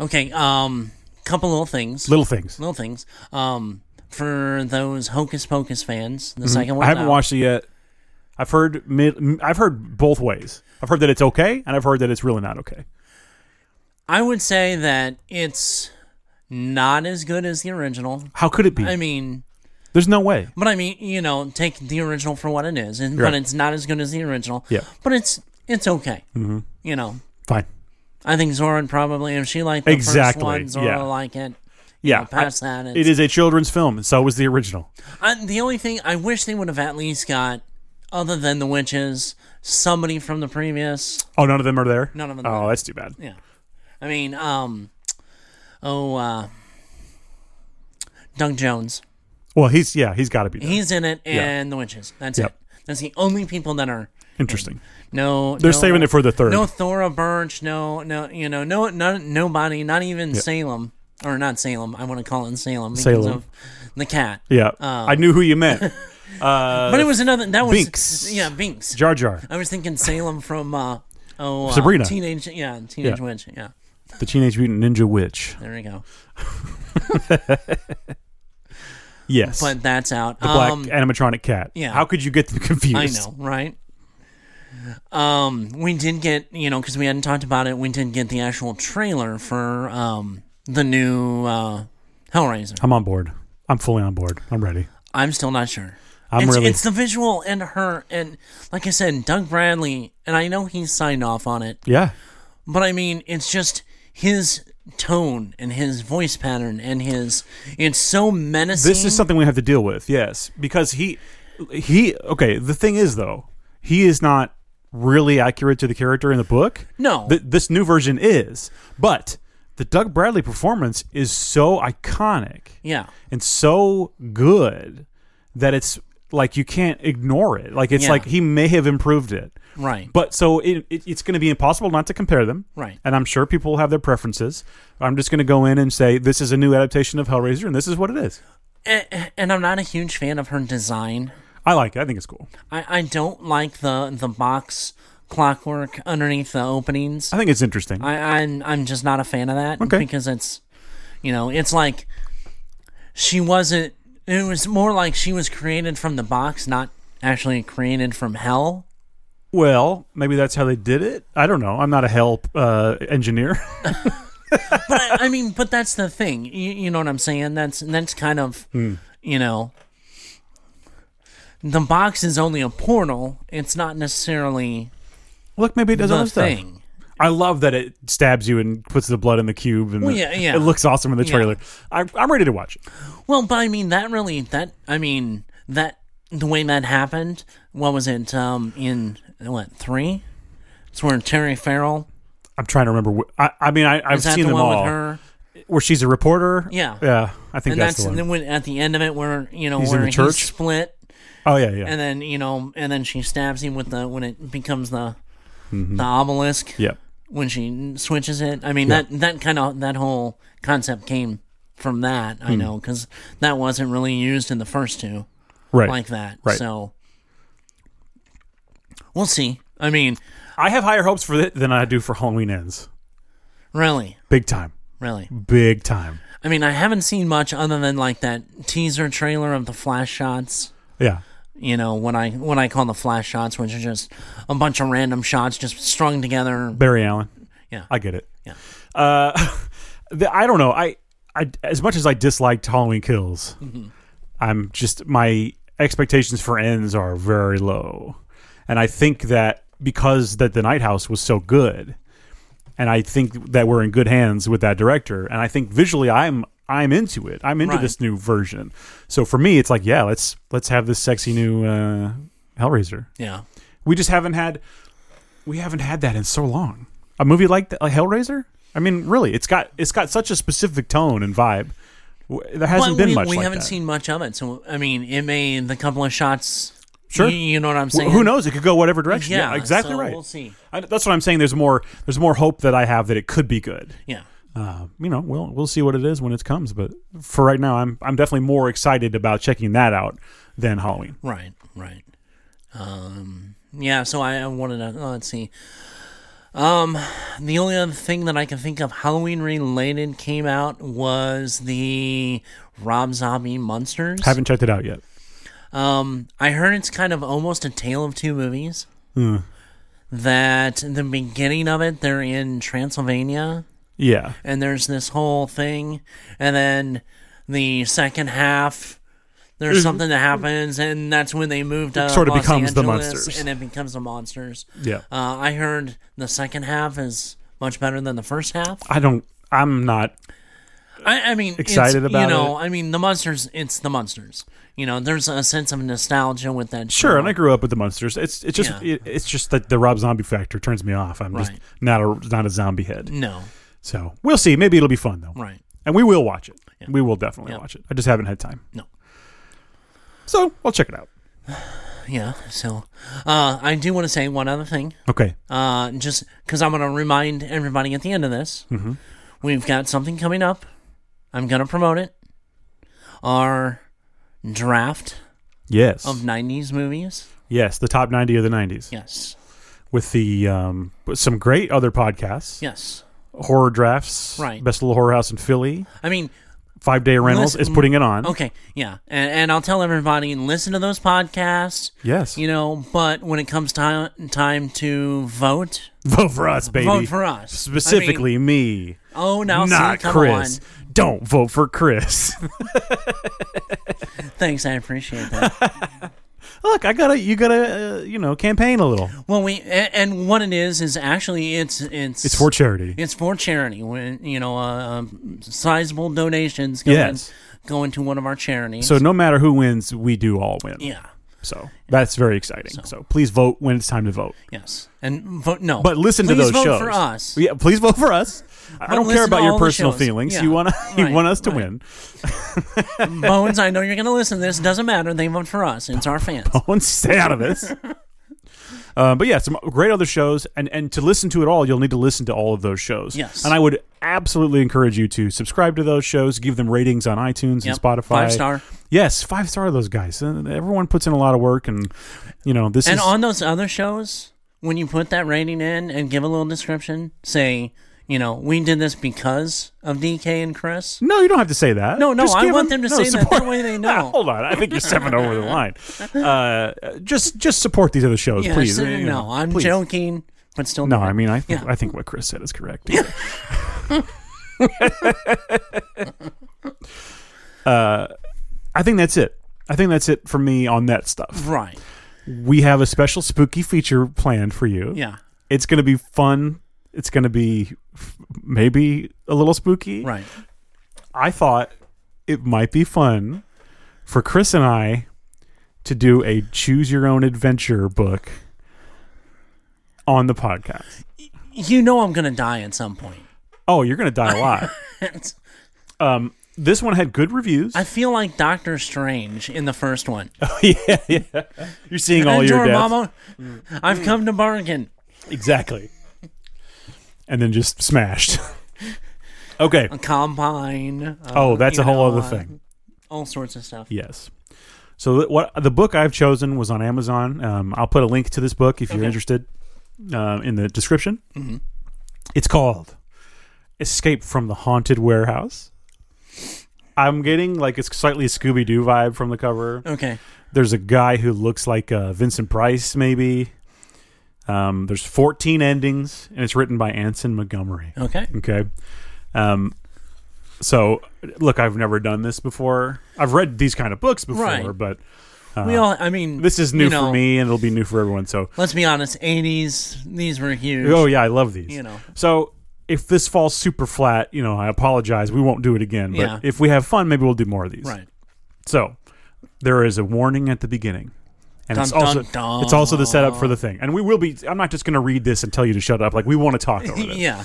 [SPEAKER 2] Okay. Um, couple little things.
[SPEAKER 1] Little things.
[SPEAKER 2] little things. Um, for those Hocus Pocus fans, the second
[SPEAKER 1] Mm-hmm.
[SPEAKER 2] one.
[SPEAKER 1] I haven't watched it yet. I've heard mid, m- I've heard both ways. I've heard that it's okay, and I've heard that it's really not okay.
[SPEAKER 2] I would say that it's not as good as the original.
[SPEAKER 1] How could it be?
[SPEAKER 2] I mean,
[SPEAKER 1] There's no way.
[SPEAKER 2] but I mean, you know, take the original for what it is, and
[SPEAKER 1] Right.
[SPEAKER 2] but it's not as good as the original.
[SPEAKER 1] Yeah.
[SPEAKER 2] But it's it's okay. Mm-hmm. You know,
[SPEAKER 1] Fine.
[SPEAKER 2] I think Zoran probably if she liked the
[SPEAKER 1] Exactly,
[SPEAKER 2] first one, Zora
[SPEAKER 1] yeah.
[SPEAKER 2] will like it.
[SPEAKER 1] Yeah.
[SPEAKER 2] Past
[SPEAKER 1] I-
[SPEAKER 2] that, it's,
[SPEAKER 1] it is a children's film. So was the original.
[SPEAKER 2] I, the only thing I wish they would have at least got, other than the witches, somebody from the previous.
[SPEAKER 1] Oh, none of them are there.
[SPEAKER 2] None of them
[SPEAKER 1] Oh,
[SPEAKER 2] are
[SPEAKER 1] that's too bad.
[SPEAKER 2] Yeah. I mean, um, oh, uh, Doug Jones.
[SPEAKER 1] Well, he's yeah, he's got to be there.
[SPEAKER 2] He's in it, and the witches. That's
[SPEAKER 1] Yep.
[SPEAKER 2] it. That's the only people that are
[SPEAKER 1] Interesting.
[SPEAKER 2] no.
[SPEAKER 1] They're saving it for the third.
[SPEAKER 2] No Thora Birch. No, no, you know, no, no, nobody. Not even Salem, or not Salem. I want to call it Salem because
[SPEAKER 1] Salem.
[SPEAKER 2] of the cat.
[SPEAKER 1] yeah, I knew who you meant. uh,
[SPEAKER 2] But it was another. That was
[SPEAKER 1] Binks.
[SPEAKER 2] Yeah, Binks.
[SPEAKER 1] Jar Jar,
[SPEAKER 2] I was thinking Salem from uh, oh uh,
[SPEAKER 1] Sabrina.
[SPEAKER 2] teenage yeah teenage
[SPEAKER 1] Yeah.
[SPEAKER 2] witch yeah
[SPEAKER 1] the Teenage Mutant Ninja Witch.
[SPEAKER 2] there we go
[SPEAKER 1] Yes,
[SPEAKER 2] but that's out
[SPEAKER 1] the black
[SPEAKER 2] um,
[SPEAKER 1] animatronic cat.
[SPEAKER 2] yeah.
[SPEAKER 1] How could you get them confused?
[SPEAKER 2] I know right um we did get you know because we hadn't talked about it we did get the actual trailer for um the new uh Hellraiser
[SPEAKER 1] I'm on board. I'm fully on board. I'm ready.
[SPEAKER 2] I'm still not sure
[SPEAKER 1] I'm
[SPEAKER 2] it's,
[SPEAKER 1] really-
[SPEAKER 2] it's the visual and her and like I said Doug Bradley and I know he signed off on it
[SPEAKER 1] Yeah.
[SPEAKER 2] But I mean, it's just his tone and his voice pattern and his. It's so menacing.
[SPEAKER 1] This is something we have to deal with. Yes, because he he okay, the thing is though, he is not really accurate to the character in the book.
[SPEAKER 2] No.
[SPEAKER 1] Th- this new version is, but the Doug Bradley performance is so iconic
[SPEAKER 2] Yeah.
[SPEAKER 1] and so good that it's like you can't ignore it. Like it's
[SPEAKER 2] Yeah.
[SPEAKER 1] like he may have improved it.
[SPEAKER 2] Right.
[SPEAKER 1] But so it, it, it's going to be impossible not to compare them.
[SPEAKER 2] Right.
[SPEAKER 1] And I'm sure people will have their preferences. I'm just going to go in and say this is a new adaptation of Hellraiser and this is what it is.
[SPEAKER 2] and, and I'm not a huge fan of her design.
[SPEAKER 1] I like it. I think it's cool.
[SPEAKER 2] I, I don't like the the box clockwork underneath the openings.
[SPEAKER 1] I think it's interesting.
[SPEAKER 2] I, I'm I'm just not a fan of that
[SPEAKER 1] Okay.
[SPEAKER 2] because it's, you know, it's like she wasn't. It was more like she was created from the box, not actually created from hell.
[SPEAKER 1] well, maybe that's how they did it. I don't know. I'm not a hell uh, engineer.
[SPEAKER 2] but I, I mean, but that's the thing. You, you know what I'm saying? That's that's kind of
[SPEAKER 1] Hmm.
[SPEAKER 2] you know, the box is only a portal. It's not necessarily
[SPEAKER 1] Look, maybe it does
[SPEAKER 2] the
[SPEAKER 1] other stuff.
[SPEAKER 2] thing.
[SPEAKER 1] I love that it stabs you and puts the blood in the cube, and
[SPEAKER 2] Well,
[SPEAKER 1] the-
[SPEAKER 2] yeah, yeah.
[SPEAKER 1] it looks awesome in the trailer. I, I'm ready to watch it.
[SPEAKER 2] Well, but I mean that really that I mean that the way that happened. What was it? Um, in what three? It's where Terry Farrell.
[SPEAKER 1] I'm trying to remember. Wh- I, I mean, I, I've
[SPEAKER 2] Is that
[SPEAKER 1] seen
[SPEAKER 2] the
[SPEAKER 1] them
[SPEAKER 2] one
[SPEAKER 1] all.
[SPEAKER 2] with her?
[SPEAKER 1] Where she's a reporter.
[SPEAKER 2] Yeah.
[SPEAKER 1] yeah. I think
[SPEAKER 2] And
[SPEAKER 1] that's,
[SPEAKER 2] that's,
[SPEAKER 1] the one.
[SPEAKER 2] then when at the end of it, where you know
[SPEAKER 1] He's in
[SPEAKER 2] where
[SPEAKER 1] the
[SPEAKER 2] he
[SPEAKER 1] church?
[SPEAKER 2] split,
[SPEAKER 1] oh yeah, yeah.
[SPEAKER 2] and then you know, and then she stabs him with the when it becomes the
[SPEAKER 1] Mm-hmm.
[SPEAKER 2] the obelisk.
[SPEAKER 1] yeah.
[SPEAKER 2] when she switches it. I mean that that kind of that whole concept came from that.
[SPEAKER 1] Hmm.
[SPEAKER 2] I know because that wasn't really used in the first two
[SPEAKER 1] right
[SPEAKER 2] like that.
[SPEAKER 1] Right.
[SPEAKER 2] So we'll see. I mean,
[SPEAKER 1] i have higher hopes for it than i do for halloween ends
[SPEAKER 2] really,
[SPEAKER 1] big time
[SPEAKER 2] really.
[SPEAKER 1] big time
[SPEAKER 2] I mean, I haven't seen much other than like that teaser trailer of the flash shots.
[SPEAKER 1] yeah
[SPEAKER 2] You know when I when I call the flash shots, which are just a bunch of random shots just strung together.
[SPEAKER 1] barry allen
[SPEAKER 2] Yeah.
[SPEAKER 1] i get it
[SPEAKER 2] Yeah.
[SPEAKER 1] uh the, i don't know I, I as much as i disliked halloween kills
[SPEAKER 2] Mm-hmm.
[SPEAKER 1] i'm just my expectations for ends are very low and i think that because that the night house was so good and i think that we're in good hands with that director and i think visually i'm i'm into it i'm into
[SPEAKER 2] Right.
[SPEAKER 1] this new version so for me it's like yeah let's let's have this sexy new uh hellraiser
[SPEAKER 2] Yeah,
[SPEAKER 1] we just haven't had we haven't had that in so long. A movie like that, like Hellraiser. I mean, really, it's got it's got such a specific tone and vibe. W- There hasn't
[SPEAKER 2] But
[SPEAKER 1] been
[SPEAKER 2] we,
[SPEAKER 1] much.
[SPEAKER 2] We
[SPEAKER 1] like
[SPEAKER 2] haven't
[SPEAKER 1] that.
[SPEAKER 2] seen much of it, so I mean, it may the couple of shots.
[SPEAKER 1] Sure.
[SPEAKER 2] y- you, know what I'm
[SPEAKER 1] Well,
[SPEAKER 2] saying.
[SPEAKER 1] who knows? It could go whatever direction. Yeah, exactly
[SPEAKER 2] so
[SPEAKER 1] right.
[SPEAKER 2] We'll see.
[SPEAKER 1] I, that's what I'm saying. There's more. There's more hope that I have that it could be good.
[SPEAKER 2] Yeah,
[SPEAKER 1] uh, you know, we'll we'll see what it is when it comes. But for right now, I'm I'm definitely more excited about checking that out than Halloween.
[SPEAKER 2] Right, right. Um, yeah, so I, I wanted to oh, let's see. Um, the only other thing that I can think of Halloween related came out was the Rob Zombie Monsters.
[SPEAKER 1] Haven't checked it out yet.
[SPEAKER 2] Um, I heard it's kind of almost a tale of two movies.
[SPEAKER 1] Hmm.
[SPEAKER 2] That in the beginning of it, they're in Transylvania,
[SPEAKER 1] Yeah,
[SPEAKER 2] and there's this whole thing, and then the second half, there's something that happens, and that's when they move to
[SPEAKER 1] Mm-hmm. sort of
[SPEAKER 2] Los
[SPEAKER 1] becomes the
[SPEAKER 2] Angeles,
[SPEAKER 1] Monsters.
[SPEAKER 2] and it becomes the monsters.
[SPEAKER 1] yeah.
[SPEAKER 2] Uh, I heard the second half is much better than the first half.
[SPEAKER 1] I don't. I'm not.
[SPEAKER 2] I, I mean, it's-
[SPEAKER 1] Excited about
[SPEAKER 2] you know, I mean, the monsters. It's the monsters. You know, there's a sense of nostalgia with that.
[SPEAKER 1] Sure,
[SPEAKER 2] show.
[SPEAKER 1] and I grew up with the monsters. It's it's just
[SPEAKER 2] Uh-huh. Yeah.
[SPEAKER 1] it, it's just that the Rob Zombie factor turns me off. I'm just
[SPEAKER 2] Right.
[SPEAKER 1] not a not a zombie head.
[SPEAKER 2] no,
[SPEAKER 1] So we'll see. Maybe it'll be fun though,
[SPEAKER 2] right?
[SPEAKER 1] and we will watch it. We will definitely
[SPEAKER 2] Yeah.
[SPEAKER 1] watch it. I just haven't had time.
[SPEAKER 2] No.
[SPEAKER 1] So I'll check it out.
[SPEAKER 2] Yeah. So, uh, I do want to say one other thing.
[SPEAKER 1] Okay.
[SPEAKER 2] Uh, just because I'm going to remind everybody at the end of this,
[SPEAKER 1] Mm-hmm.
[SPEAKER 2] we've got something coming up. I'm going to promote it. Our draft
[SPEAKER 1] Yes.
[SPEAKER 2] of '90s movies.
[SPEAKER 1] yes. The top ninety of the nineties
[SPEAKER 2] Yes.
[SPEAKER 1] with the um with some great other podcasts.
[SPEAKER 2] Yes.
[SPEAKER 1] Horror drafts.
[SPEAKER 2] Right.
[SPEAKER 1] Best little horror house in Philly.
[SPEAKER 2] I mean,
[SPEAKER 1] Five Day Rentals
[SPEAKER 2] Listen-
[SPEAKER 1] is putting it on.
[SPEAKER 2] Okay, yeah, and, and I'll tell everybody listen to those podcasts.
[SPEAKER 1] Yes.
[SPEAKER 2] You know, but when it comes time time to vote,
[SPEAKER 1] vote for us, baby.
[SPEAKER 2] vote for us I mean,
[SPEAKER 1] Specifically me.
[SPEAKER 2] oh, now
[SPEAKER 1] not
[SPEAKER 2] see, come
[SPEAKER 1] Chris. Don't vote for Chris.
[SPEAKER 2] on. Thanks, I appreciate that.
[SPEAKER 1] Look, I gotta, you gotta, uh, you know, campaign a little.
[SPEAKER 2] well, we and, and what it is is actually it's it's
[SPEAKER 1] It's for charity.
[SPEAKER 2] it's for charity. When you know, uh, um, sizable donations going
[SPEAKER 1] Yes.
[SPEAKER 2] going to one of our charities.
[SPEAKER 1] So no matter who wins, we do all win.
[SPEAKER 2] yeah,
[SPEAKER 1] So that's very exciting. So, please vote when it's time to vote.
[SPEAKER 2] yes, and vote no,
[SPEAKER 1] But listen to
[SPEAKER 2] Please
[SPEAKER 1] those
[SPEAKER 2] vote
[SPEAKER 1] shows.
[SPEAKER 2] for us.
[SPEAKER 1] Yeah, please vote for us. I
[SPEAKER 2] But
[SPEAKER 1] don't
[SPEAKER 2] listen
[SPEAKER 1] care
[SPEAKER 2] to
[SPEAKER 1] about your
[SPEAKER 2] all the
[SPEAKER 1] personal
[SPEAKER 2] shows.
[SPEAKER 1] feelings.
[SPEAKER 2] Yeah.
[SPEAKER 1] You want to, you
[SPEAKER 2] Right,
[SPEAKER 1] want us to
[SPEAKER 2] right.
[SPEAKER 1] win.
[SPEAKER 2] Bones, I know you're going to listen to this. Doesn't matter. They vote for us. It's our fans.
[SPEAKER 1] Don't stay out of this. Uh, but yeah, some great other shows, and and to listen to it all, you'll need to listen to all of those shows.
[SPEAKER 2] Yes.
[SPEAKER 1] and I would absolutely encourage you to subscribe to those shows, give them ratings on iTunes
[SPEAKER 2] Yep.
[SPEAKER 1] and Spotify.
[SPEAKER 2] Five star.
[SPEAKER 1] Yes, five star. Those guys. Uh, Everyone puts in a lot of work, and you know this
[SPEAKER 2] And
[SPEAKER 1] is
[SPEAKER 2] on those other shows, when you put that rating in and give a little description, say, you know, we did this because of DK and Chris.
[SPEAKER 1] no. You don't have to say that.
[SPEAKER 2] No, no,
[SPEAKER 1] Just
[SPEAKER 2] I
[SPEAKER 1] give
[SPEAKER 2] want them to say that.
[SPEAKER 1] support-
[SPEAKER 2] That way they
[SPEAKER 1] Nah,
[SPEAKER 2] know.
[SPEAKER 1] Hold on, I think you're stepping over the line. Uh, just just support these other shows,
[SPEAKER 2] Yes,
[SPEAKER 1] please.
[SPEAKER 2] uh,
[SPEAKER 1] You know,
[SPEAKER 2] no, I'm
[SPEAKER 1] please.
[SPEAKER 2] joking, but still.
[SPEAKER 1] No,
[SPEAKER 2] do it.
[SPEAKER 1] I mean I think
[SPEAKER 2] Yeah.
[SPEAKER 1] I think what Chris said is correct. uh, I think that's it. I think that's it for me on that stuff.
[SPEAKER 2] right.
[SPEAKER 1] We have a special spooky feature planned for you.
[SPEAKER 2] Yeah,
[SPEAKER 1] It's going to be fun. It's going to be f- maybe a little spooky.
[SPEAKER 2] right.
[SPEAKER 1] I thought it might be fun for Chris and I to do a choose your own adventure book on the podcast.
[SPEAKER 2] You know, I'm gonna die at some point.
[SPEAKER 1] Oh, you're gonna die a lot. um, this one had good reviews.
[SPEAKER 2] I feel like Doctor Strange in the first one.
[SPEAKER 1] yeah, yeah. You're seeing all
[SPEAKER 2] And
[SPEAKER 1] your
[SPEAKER 2] Jorah,
[SPEAKER 1] death.
[SPEAKER 2] Mama, I've come to bargain.
[SPEAKER 1] Exactly. And then just smashed. okay.
[SPEAKER 2] A combine. uh,
[SPEAKER 1] Oh, that's
[SPEAKER 2] you
[SPEAKER 1] a whole
[SPEAKER 2] know,
[SPEAKER 1] other
[SPEAKER 2] uh,
[SPEAKER 1] thing.
[SPEAKER 2] All sorts of stuff.
[SPEAKER 1] Yes. So th- what the book I've chosen was on Amazon. Um, I'll put a link to this book if you're
[SPEAKER 2] Okay. Mm-hmm.
[SPEAKER 1] interested uh, in the description. It's called "Escape from the Haunted Warehouse." I'm getting like a slightly Scooby Doo vibe from the cover.
[SPEAKER 2] Okay.
[SPEAKER 1] there's a guy who looks like uh, Vincent Price, maybe. Um, there's 14 endings, and it's written by Anson Montgomery.
[SPEAKER 2] Okay.
[SPEAKER 1] Okay. Um, so, look, I've never done this before. I've read these kind of books before,
[SPEAKER 2] Right.
[SPEAKER 1] but
[SPEAKER 2] we all. I mean,
[SPEAKER 1] Uh, this is new
[SPEAKER 2] you know,
[SPEAKER 1] for me, and it'll be new for everyone. So,
[SPEAKER 2] Let's be honest. Eighties. These were huge.
[SPEAKER 1] oh yeah, I love these.
[SPEAKER 2] You know.
[SPEAKER 1] So, if this falls super flat, you know, I apologize. We won't do it again. But
[SPEAKER 2] Yeah.
[SPEAKER 1] if we have fun, maybe we'll do more of these.
[SPEAKER 2] Right.
[SPEAKER 1] So there is a warning at the beginning. And it's
[SPEAKER 2] Dun,
[SPEAKER 1] also
[SPEAKER 2] dun, dun.
[SPEAKER 1] it's also the setup for the thing. And we will be I'm not just going to read this and tell you to shut up. Like we want to talk over this.
[SPEAKER 2] Yeah.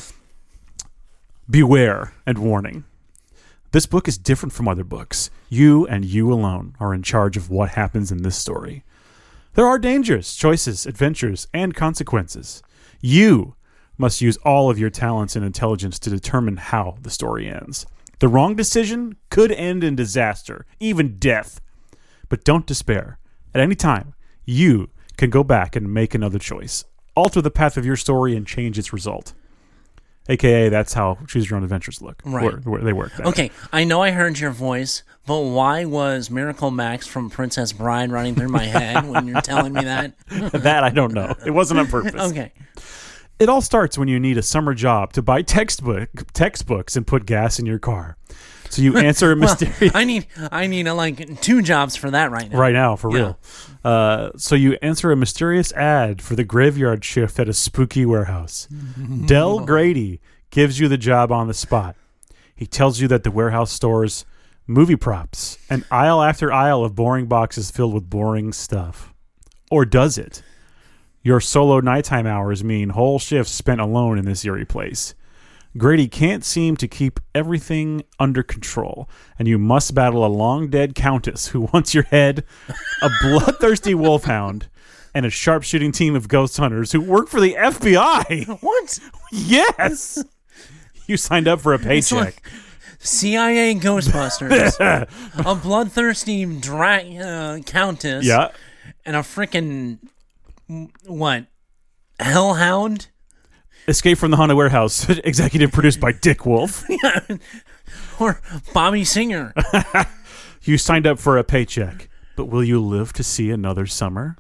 [SPEAKER 1] Beware and warning. This book is different from other books. You and you alone are in charge of what happens in this story. There are dangers, choices, adventures, and consequences. You must use all of your talents and intelligence to determine how the story ends. The wrong decision could end in disaster, even death. But don't despair. At any time, you can go back and make another choice, alter the path of your story, and change its result. AKA, that's how Choose Your Own Adventures look.
[SPEAKER 2] Right.
[SPEAKER 1] Where- where they work. That.
[SPEAKER 2] Okay, I know I heard your voice, but why was Miracle Max from Princess Bride running through my head when you're telling me that?
[SPEAKER 1] that I don't know. It wasn't on purpose.
[SPEAKER 2] Okay.
[SPEAKER 1] It all starts when you need a summer job to buy textbook textbooks and put gas in your car. So you answer a mysterious
[SPEAKER 2] I need I need uh, like two jobs for that right now.
[SPEAKER 1] right now for
[SPEAKER 2] Yeah.
[SPEAKER 1] real. Uh, so you answer a mysterious ad for the graveyard shift at a spooky warehouse. Del Grady gives you the job on the spot. He tells you that the warehouse stores movie props, an aisle after aisle of boring boxes filled with boring stuff. Or does it? Your solo nighttime hours mean whole shifts spent alone in this eerie place. Grady can't seem to keep everything under control, and you must battle a long dead countess who wants your head, a bloodthirsty wolfhound, and a sharpshooting team of ghost hunters who work for the FBI.
[SPEAKER 2] What?
[SPEAKER 1] yes! You signed up for a paycheck.
[SPEAKER 2] CIA Ghostbusters, a bloodthirsty dra- uh, countess,
[SPEAKER 1] Yeah.
[SPEAKER 2] and a freaking what? Hellhound?
[SPEAKER 1] Escape from the Haunted Warehouse, executive produced by Dick Wolf.
[SPEAKER 2] or Bobby Singer.
[SPEAKER 1] You signed up for a paycheck, but will you live to see another summer?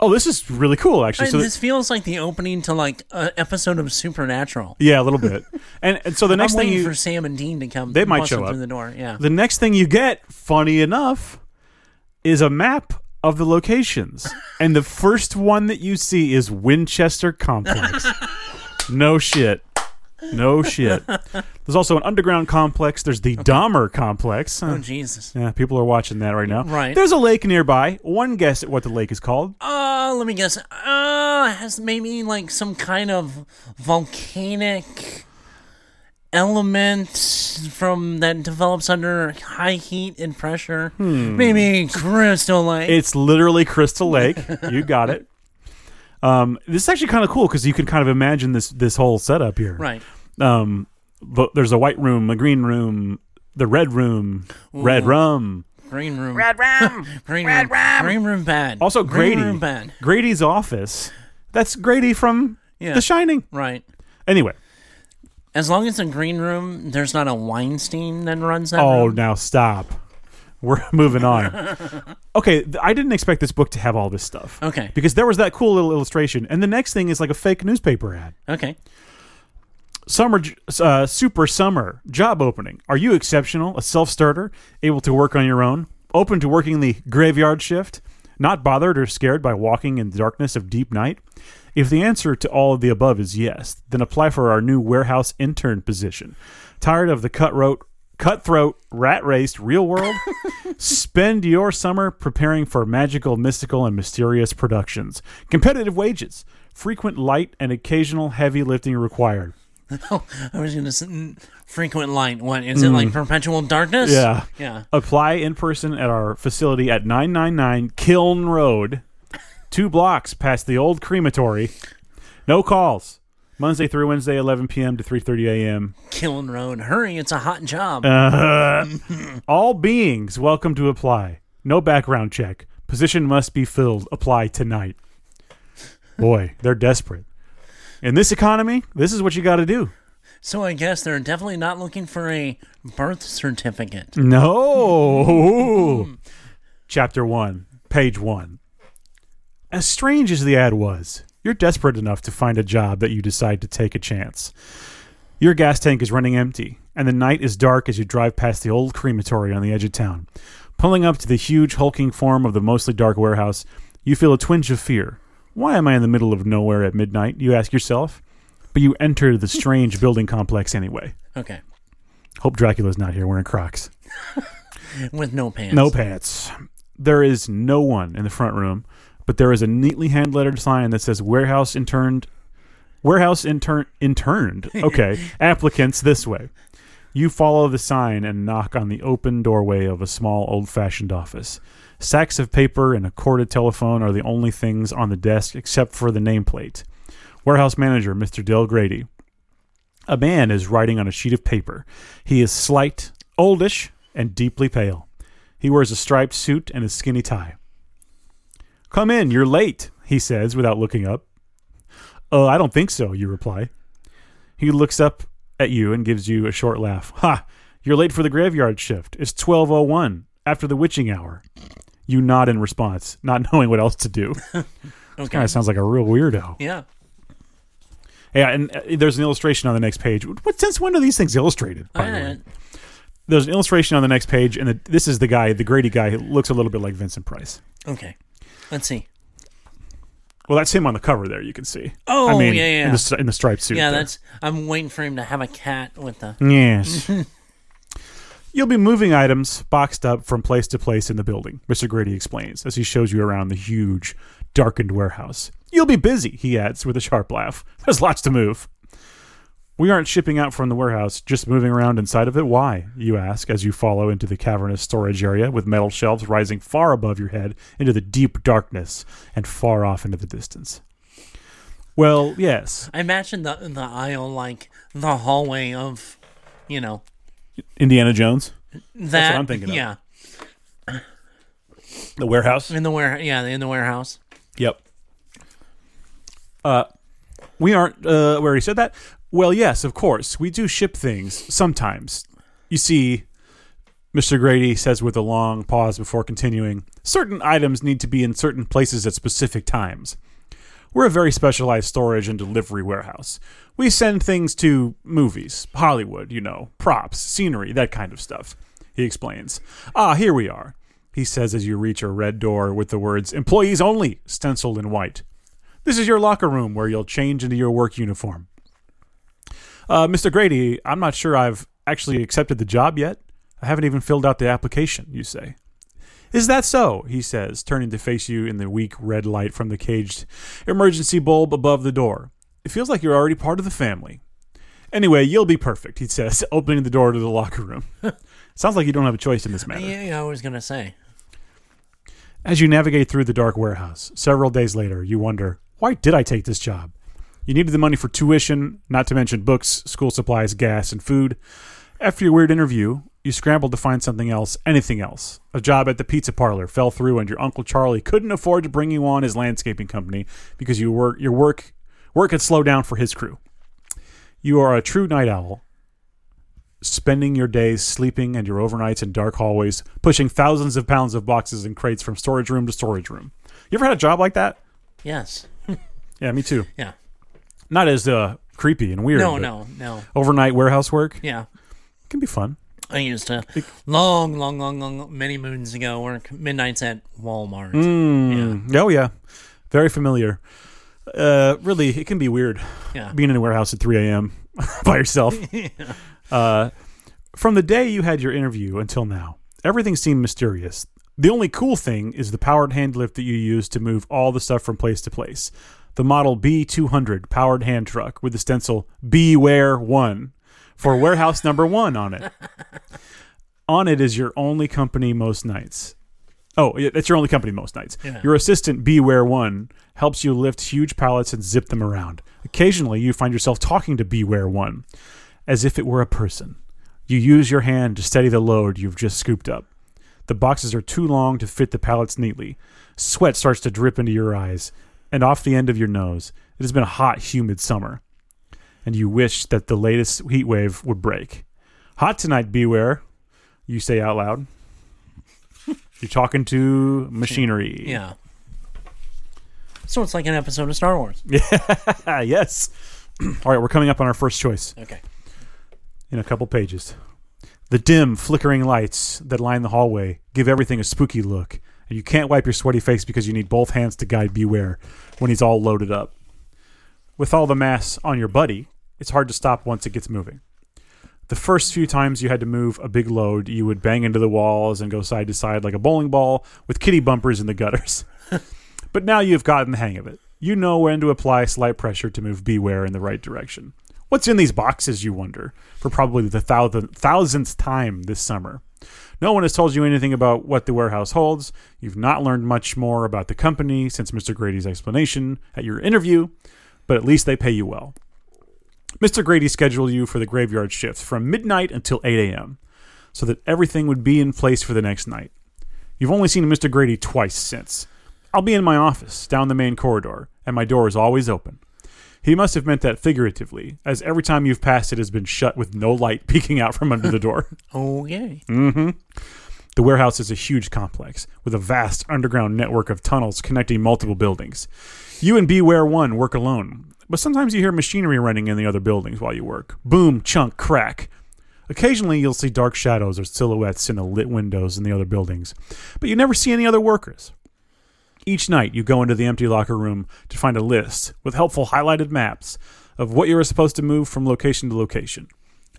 [SPEAKER 1] Oh, this is really cool, actually. So,
[SPEAKER 2] this feels like the opening to like an episode of Supernatural.
[SPEAKER 1] yeah, a little bit. And, and so the next
[SPEAKER 2] I'm
[SPEAKER 1] thing
[SPEAKER 2] waiting
[SPEAKER 1] you
[SPEAKER 2] for Sam and Dean to come.
[SPEAKER 1] They might
[SPEAKER 2] busting
[SPEAKER 1] show up.
[SPEAKER 2] through the door. Yeah.
[SPEAKER 1] The next thing you get, funny enough, is a map of the locations. and the first one that you see is Winchester Complex. no shit. No shit. There's also an underground complex. There's the Dahmer complex.
[SPEAKER 2] oh
[SPEAKER 1] Huh.
[SPEAKER 2] Jesus.
[SPEAKER 1] Yeah, people are watching that right now.
[SPEAKER 2] Right.
[SPEAKER 1] There's a lake nearby. One guess at what the lake is called.
[SPEAKER 2] Uh, let me guess. Uh, it has maybe like some kind of volcanic element from that develops under high heat and pressure.
[SPEAKER 1] Hmm.
[SPEAKER 2] Maybe crystalline.
[SPEAKER 1] It's literally Crystal Lake. You got it. Um, this is actually kind of cool because you can kind of imagine this this whole setup here.
[SPEAKER 2] right.
[SPEAKER 1] um but there's a white room a green room the red room red rum
[SPEAKER 2] Green room.
[SPEAKER 3] Red Ram!
[SPEAKER 2] green
[SPEAKER 3] Red
[SPEAKER 2] room.
[SPEAKER 3] Ram!
[SPEAKER 2] Green room bad.
[SPEAKER 1] also
[SPEAKER 2] green
[SPEAKER 1] grady
[SPEAKER 2] room bad.
[SPEAKER 1] grady's office that's grady from
[SPEAKER 2] Yeah.
[SPEAKER 1] the shining
[SPEAKER 2] Right.
[SPEAKER 1] anyway
[SPEAKER 2] As long as the green room, there's not a Weinstein that runs that
[SPEAKER 1] oh
[SPEAKER 2] room.
[SPEAKER 1] now stop we're moving on okay th- i didn't expect this book to have all this stuff
[SPEAKER 2] Okay.
[SPEAKER 1] because there was that cool little illustration and the next thing is like a fake newspaper ad
[SPEAKER 2] Okay.
[SPEAKER 1] Summer, j- uh, super summer job opening. Are you exceptional? A self starter, able to work on your own, open to working the graveyard shift, not bothered or scared by walking in the darkness of deep night? If the answer to all of the above is yes, then apply for our new warehouse intern position. Tired of the cutthroat, cutthroat, rat raced real world? Spend your summer preparing for magical, mystical, and mysterious productions. Competitive wages, frequent light, and occasional heavy lifting required.
[SPEAKER 2] Oh, I was gonna say mm, frequent light. What is it like? Perpetual darkness.
[SPEAKER 1] Hmm. Yeah.
[SPEAKER 2] Yeah.
[SPEAKER 1] Apply in person at our facility at 999 Kiln Road, two blocks past the old crematory. No calls. Monday through Wednesday, 11 p.m. to 3:30 a.m.
[SPEAKER 2] Kiln Road. Hurry! It's a hot job.
[SPEAKER 1] Uh, All beings welcome to apply. No background check. Position must be filled. Apply tonight. Boy, they're desperate. In this economy, this is what you got to do.
[SPEAKER 2] so I guess they're definitely not looking for a birth certificate.
[SPEAKER 1] No. Chapter 1, page 1. As strange as the ad was, you're desperate enough to find a job that you decide to take a chance. Your gas tank is running empty, and the night is dark as you drive past the old crematory on the edge of town. Pulling up to the huge, hulking form of the mostly dark warehouse, you feel a twinge of fear. Why am I in the middle of nowhere at midnight? You ask yourself. But you enter the strange building complex anyway.
[SPEAKER 2] Okay.
[SPEAKER 1] Hope Dracula's not here wearing Crocs.
[SPEAKER 2] With no pants.
[SPEAKER 1] No pants. There is no one in the front room, but there is a neatly hand lettered sign that says warehouse interned warehouse intern interned. Okay. Applicants this way. You follow the sign and knock on the open doorway of a small old fashioned office. Sacks of paper and a corded telephone are the only things on the desk except for the nameplate. Warehouse manager, Mr. Dale Grady. A man is writing on a sheet of paper. He is slight, oldish, and deeply pale. He wears a striped suit and a skinny tie. Come in, you're late, he says without looking up. Oh, I don't think so, you reply. He looks up at you and gives you a short laugh. Ha! You're late for the graveyard shift. It's 1201, after the witching hour. You nod in response, not knowing what else to do.
[SPEAKER 2] Okay.
[SPEAKER 1] Kind of sounds like a real weirdo.
[SPEAKER 2] Yeah.
[SPEAKER 1] Yeah, and uh, there's an illustration on the next page. What since when are these things illustrated? By the way,
[SPEAKER 2] I-
[SPEAKER 1] there's an illustration on the next page, and the, this is the guy, the Grady guy, who looks a little bit like Vincent Price.
[SPEAKER 2] okay. Let's see.
[SPEAKER 1] Well, that's him on the cover there. You can see.
[SPEAKER 2] Oh,
[SPEAKER 1] I mean,
[SPEAKER 2] yeah, yeah.
[SPEAKER 1] In the, stri- in the striped suit.
[SPEAKER 2] Yeah,
[SPEAKER 1] there.
[SPEAKER 2] that's. I'm waiting for him to have a cat with the.
[SPEAKER 1] Yes. You'll be moving items boxed up from place to place in the building, Mr. Grady explains as he shows you around the huge, darkened warehouse. You'll be busy, he adds with a sharp laugh. There's lots to move. We aren't shipping out from the warehouse, just moving around inside of it. Why? You ask as you follow into the cavernous storage area with metal shelves rising far above your head into the deep darkness and far off into the distance. Well, yes.
[SPEAKER 2] I imagine the the aisle like the hallway of, you know,
[SPEAKER 1] Indiana Jones,
[SPEAKER 2] that.
[SPEAKER 1] what I'm thinking of.
[SPEAKER 2] Yeah,
[SPEAKER 1] the warehouse.
[SPEAKER 2] in the ware. Yeah, in the warehouse.
[SPEAKER 1] Yep. Uh, we aren't. Uh, we already said that. Well, yes, of course, we do ship things sometimes. You see, Mr. Grady says with a long pause before continuing, certain items need to be in certain places at specific times. We're a very specialized storage and delivery warehouse. We send things to movies, Hollywood, you know, props, scenery, that kind of stuff. He explains. Ah, here we are, he says as you reach a red door with the words Employees Only stenciled in white. This is your locker room where you'll change into your work uniform. Uh, Mr. Grady, I'm not sure I've actually accepted the job yet. I haven't even filled out the application, you say. Is that so? He says, turning to face you in the weak red light from the caged emergency bulb above the door. It feels like you're already part of the family. Anyway, you'll be perfect, he says, opening the door to the locker room. Sounds like you don't have a choice in this matter.
[SPEAKER 2] Yeah, yeah, I was gonna say.
[SPEAKER 1] As you navigate through the dark warehouse, several days later, you wonder, why did I take this job? You needed the money for tuition, not to mention books, school supplies, gas, and food. After your weird interview, you scrambled to find something else, anything else. A job at the pizza parlor fell through, and your uncle Charlie couldn't afford to bring you on his landscaping company because you work, your work work had slowed down for his crew. You are a true night owl, spending your days sleeping and your overnights in dark hallways, pushing thousands of pounds of boxes and crates from storage room to storage room. You ever had a job like that?
[SPEAKER 2] Yes.
[SPEAKER 1] Yeah, me too.
[SPEAKER 2] Yeah.
[SPEAKER 1] Not as uh, creepy and weird.
[SPEAKER 2] No,
[SPEAKER 1] but
[SPEAKER 2] no, no.
[SPEAKER 1] Overnight warehouse work
[SPEAKER 2] Yeah.
[SPEAKER 1] can be fun.
[SPEAKER 2] I used to long, long, long, long, many moons ago work midnights at Walmart.
[SPEAKER 1] Mm, Oh yeah, very familiar. Uh, really, it can be weird
[SPEAKER 2] Yeah.
[SPEAKER 1] being in a warehouse at 3 a.m. by yourself. uh, from the day you had your interview until now, everything seemed mysterious. The only cool thing is the powered hand lift that you use to move all the stuff from place to place. The model B200 powered hand truck with the stencil Beware 1 for warehouse number 1 on it. on it is your only company most nights. Oh, yeah, that's your only company most nights.
[SPEAKER 2] Yeah.
[SPEAKER 1] Your assistant, Beware One, helps you lift huge pallets and zip them around. Occasionally, you find yourself talking to Beware One as if it were a person. You use your hand to steady the load you've just scooped up. The boxes are too long to fit the pallets neatly. Sweat starts to drip into your eyes and off the end of your nose. It has been a hot, humid summer, and you wish that the latest heat wave would break. Hot tonight, beware, you say out loud. You're talking to machinery.
[SPEAKER 2] Yeah. So it's like an episode of Star Wars.
[SPEAKER 1] Ah, yes. All right, we're coming up on our first choice.
[SPEAKER 2] Okay.
[SPEAKER 1] in a couple pages. The dim, flickering lights that line the hallway give everything a spooky look, and you can't wipe your sweaty face because you need both hands to guide Beware when he's all loaded up. With all the mass on your buddy, it's hard to stop once it gets moving. The first few times you had to move a big load, you would bang into the walls and go side to side like a bowling ball with kitty bumpers in the gutters. but now you've gotten the hang of it. You know when to apply slight pressure to move Beware in the right direction. What's in these boxes, you wonder, for probably the thousand, thousandth time this summer? No one has told you anything about what the warehouse holds. You've not learned much more about the company since Mr. Grady's explanation at your interview. but at least they pay you well. Mr. Grady scheduled you for the graveyard shift from midnight until 8 a.m. so that everything would be in place for the next night. You've only seen Mr. Grady twice since. I'll be in my office down the main corridor, and my door is always open. He must have meant that figuratively, as every time you've passed it has been shut with no light peeking out from under the door.
[SPEAKER 2] Okay.
[SPEAKER 1] Mm. The warehouse is a huge complex with a vast underground network of tunnels connecting multiple buildings. You and Beware One work alone, but sometimes you hear machinery running in the other buildings while you work. Boom, chunk, crack. Occasionally, you'll see dark shadows or silhouettes in the lit windows in the other buildings, but you never see any other workers. Each night, you go into the empty locker room to find a list with helpful highlighted maps of what you are supposed to move from location to location.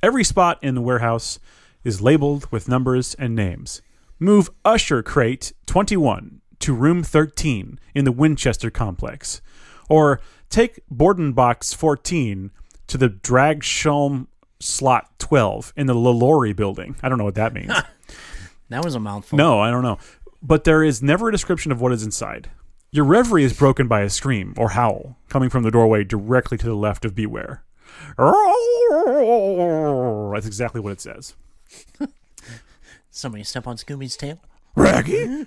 [SPEAKER 1] Every spot in the warehouse is labeled with numbers and names. Move Usher Crate 21 to Room 13 in the Winchester Complex, or take Borden Box 14 to the Drag Shalm Slot 12 in the LaLaurie Building. I don't know what that means.
[SPEAKER 2] That was a mouthful.
[SPEAKER 1] No, I don't know. But there is never a description of what is inside. Your reverie is broken by a scream or howl coming from the doorway directly to the left of Beware. That's exactly what it says.
[SPEAKER 2] Somebody step on Scooby's tail.
[SPEAKER 1] Raggy?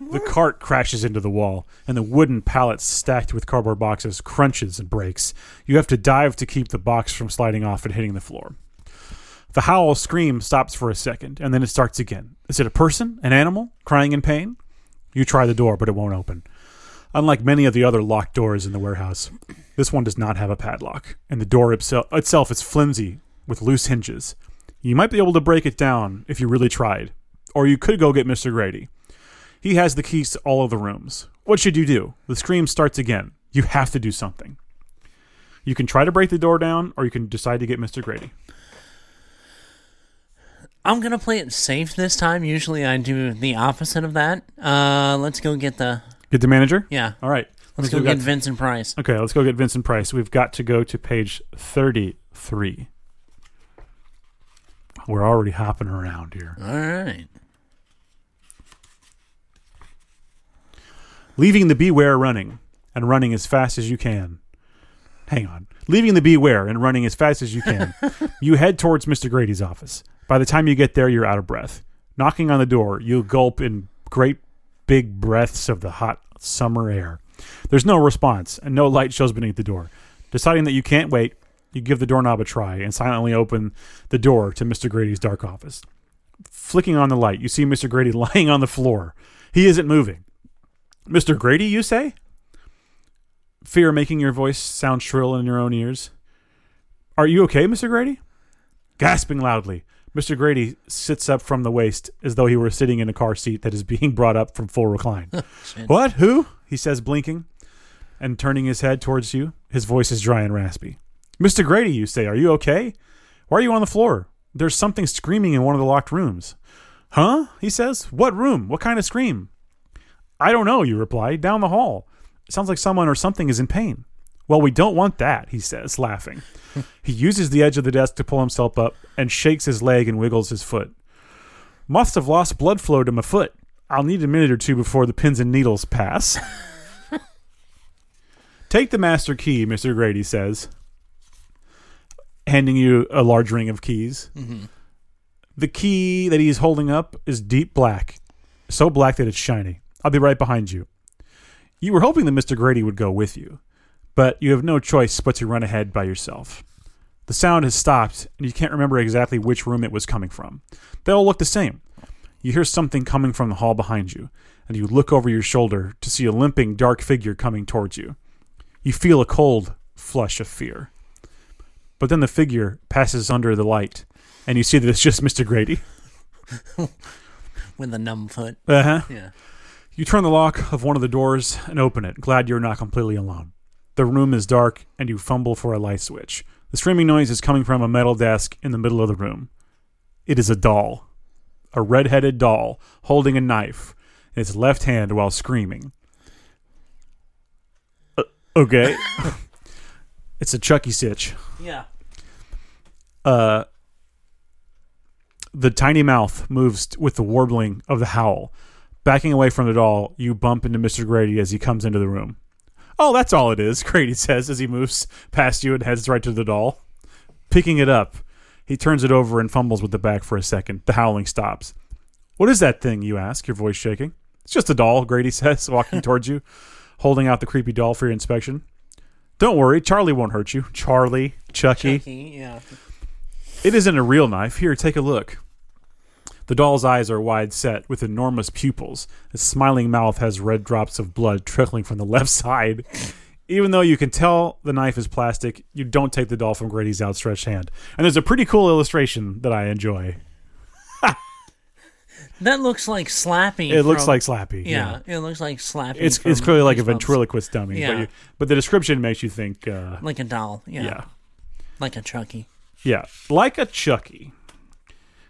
[SPEAKER 1] the cart crashes into the wall, and the wooden pallet stacked with cardboard boxes crunches and breaks. You have to dive to keep the box from sliding off and hitting the floor. The howl scream stops for a second, and then it starts again. Is it a person? An animal? Crying in pain? You try the door, but it won't open. Unlike many of the other locked doors in the warehouse, this one does not have a padlock, and the door itself, itself is flimsy with loose hinges. You might be able to break it down if you really tried, or you could go get Mr. Grady. He has the keys to all of the rooms. What should you do? The scream starts again. You have to do something. You can try to break the door down, or you can decide to get Mr. Grady.
[SPEAKER 2] I'm gonna play it safe this time. Usually I do the opposite of that. Uh, let's go get the
[SPEAKER 1] Get the manager?
[SPEAKER 2] yeah.
[SPEAKER 1] All right.
[SPEAKER 2] Let's
[SPEAKER 1] Means
[SPEAKER 2] go
[SPEAKER 1] we've got
[SPEAKER 2] get Vincent Price.
[SPEAKER 1] Okay, let's go get Vincent Price. We've got to go to page 33. We're already hopping around here.
[SPEAKER 2] All right.
[SPEAKER 1] Leaving the beware running and running as fast as you can. Hang on. Leaving the beware and running as fast as you can. you head towards Mr. Grady's office. By the time you get there, you're out of breath. Knocking on the door, you gulp in great big breaths of the hot summer air. There's no response, and no light shows beneath the door. Deciding that you can't wait, you give the doorknob a try and silently open the door to Mr. Grady's dark office. Flicking on the light, you see Mr. Grady lying on the floor. He isn't moving. Mr. Grady, you say? Fear making your voice sound shrill in your own ears. Are you okay, Mr. Grady? Gasping loudly, Mr. Grady sits up from the waist as though he were sitting in a car seat that is being brought up from full recline. what? Who? He says, blinking and turning his head towards you. His voice is dry and raspy. Mr. Grady, you say, are you okay? Why are you on the floor? There's something screaming in one of the locked rooms. Huh? He says. What room? What kind of scream? I don't know, you reply. Down the hall. It sounds like someone or something is in pain. Well, we don't want that, he says, laughing. he uses the edge of the desk to pull himself up and shakes his leg and wiggles his foot. Must have lost blood flow to my foot. I'll need a minute or two before the pins and needles pass. Take the master key, Mr. Grady says, handing you a large ring of keys. The key that he's holding up is deep black, so black that it's shiny. I'll be right behind you. You were hoping that Mr. Grady would go with you, but you have no choice but to run ahead by yourself. The sound has stopped, and you can't remember exactly which room it was coming from. They all look the same. You hear something coming from the hall behind you, and you look over your shoulder to see a limping, dark figure coming towards you. You feel a cold flush of fear. But then the figure passes under the light, and you see that it's just Mr. Grady.
[SPEAKER 2] With the numb foot.
[SPEAKER 1] Uh huh.
[SPEAKER 2] Yeah.
[SPEAKER 1] You turn the lock of one of the doors and open it, glad you're not completely alone. The room is dark, and you fumble for a light switch. The screaming noise is coming from a metal desk in the middle of the room. It is a doll. A red headed doll holding a knife in its left hand while screaming. Uh, okay. it's a Chucky Sitch.
[SPEAKER 2] Yeah.
[SPEAKER 1] Uh, the tiny mouth moves t- with the warbling of the howl. Backing away from the doll, you bump into Mr. Grady as he comes into the room. Oh, that's all it is, Grady says as he moves past you and heads right to the doll. Picking it up, he turns it over and fumbles with the back for a second. The howling stops. What is that thing, you ask, your voice shaking? It's just a doll, Grady says, walking towards you, holding out the creepy doll for your inspection. Don't worry, Charlie won't hurt you. Charlie, Chucky.
[SPEAKER 2] Yeah.
[SPEAKER 1] It isn't a real knife. Here, take a look. The doll's eyes are wide set with enormous pupils. Its smiling mouth has red drops of blood trickling from the left side. Even though you can tell the knife is plastic, you don't take the doll from Grady's outstretched hand. And there's a pretty cool illustration that I enjoy.
[SPEAKER 2] That looks like Slappy.
[SPEAKER 1] It looks
[SPEAKER 2] from-
[SPEAKER 1] like Slappy.
[SPEAKER 2] Yeah, it looks like Slappy.
[SPEAKER 1] It's,
[SPEAKER 2] from
[SPEAKER 1] it's clearly like a
[SPEAKER 2] Goosebumps.
[SPEAKER 1] ventriloquist dummy, but,
[SPEAKER 2] Yeah.
[SPEAKER 1] you, but the description makes you think, uh,
[SPEAKER 2] Like a doll. Yeah.
[SPEAKER 1] yeah.
[SPEAKER 2] Like a Chucky.
[SPEAKER 1] Yeah, like a Chucky.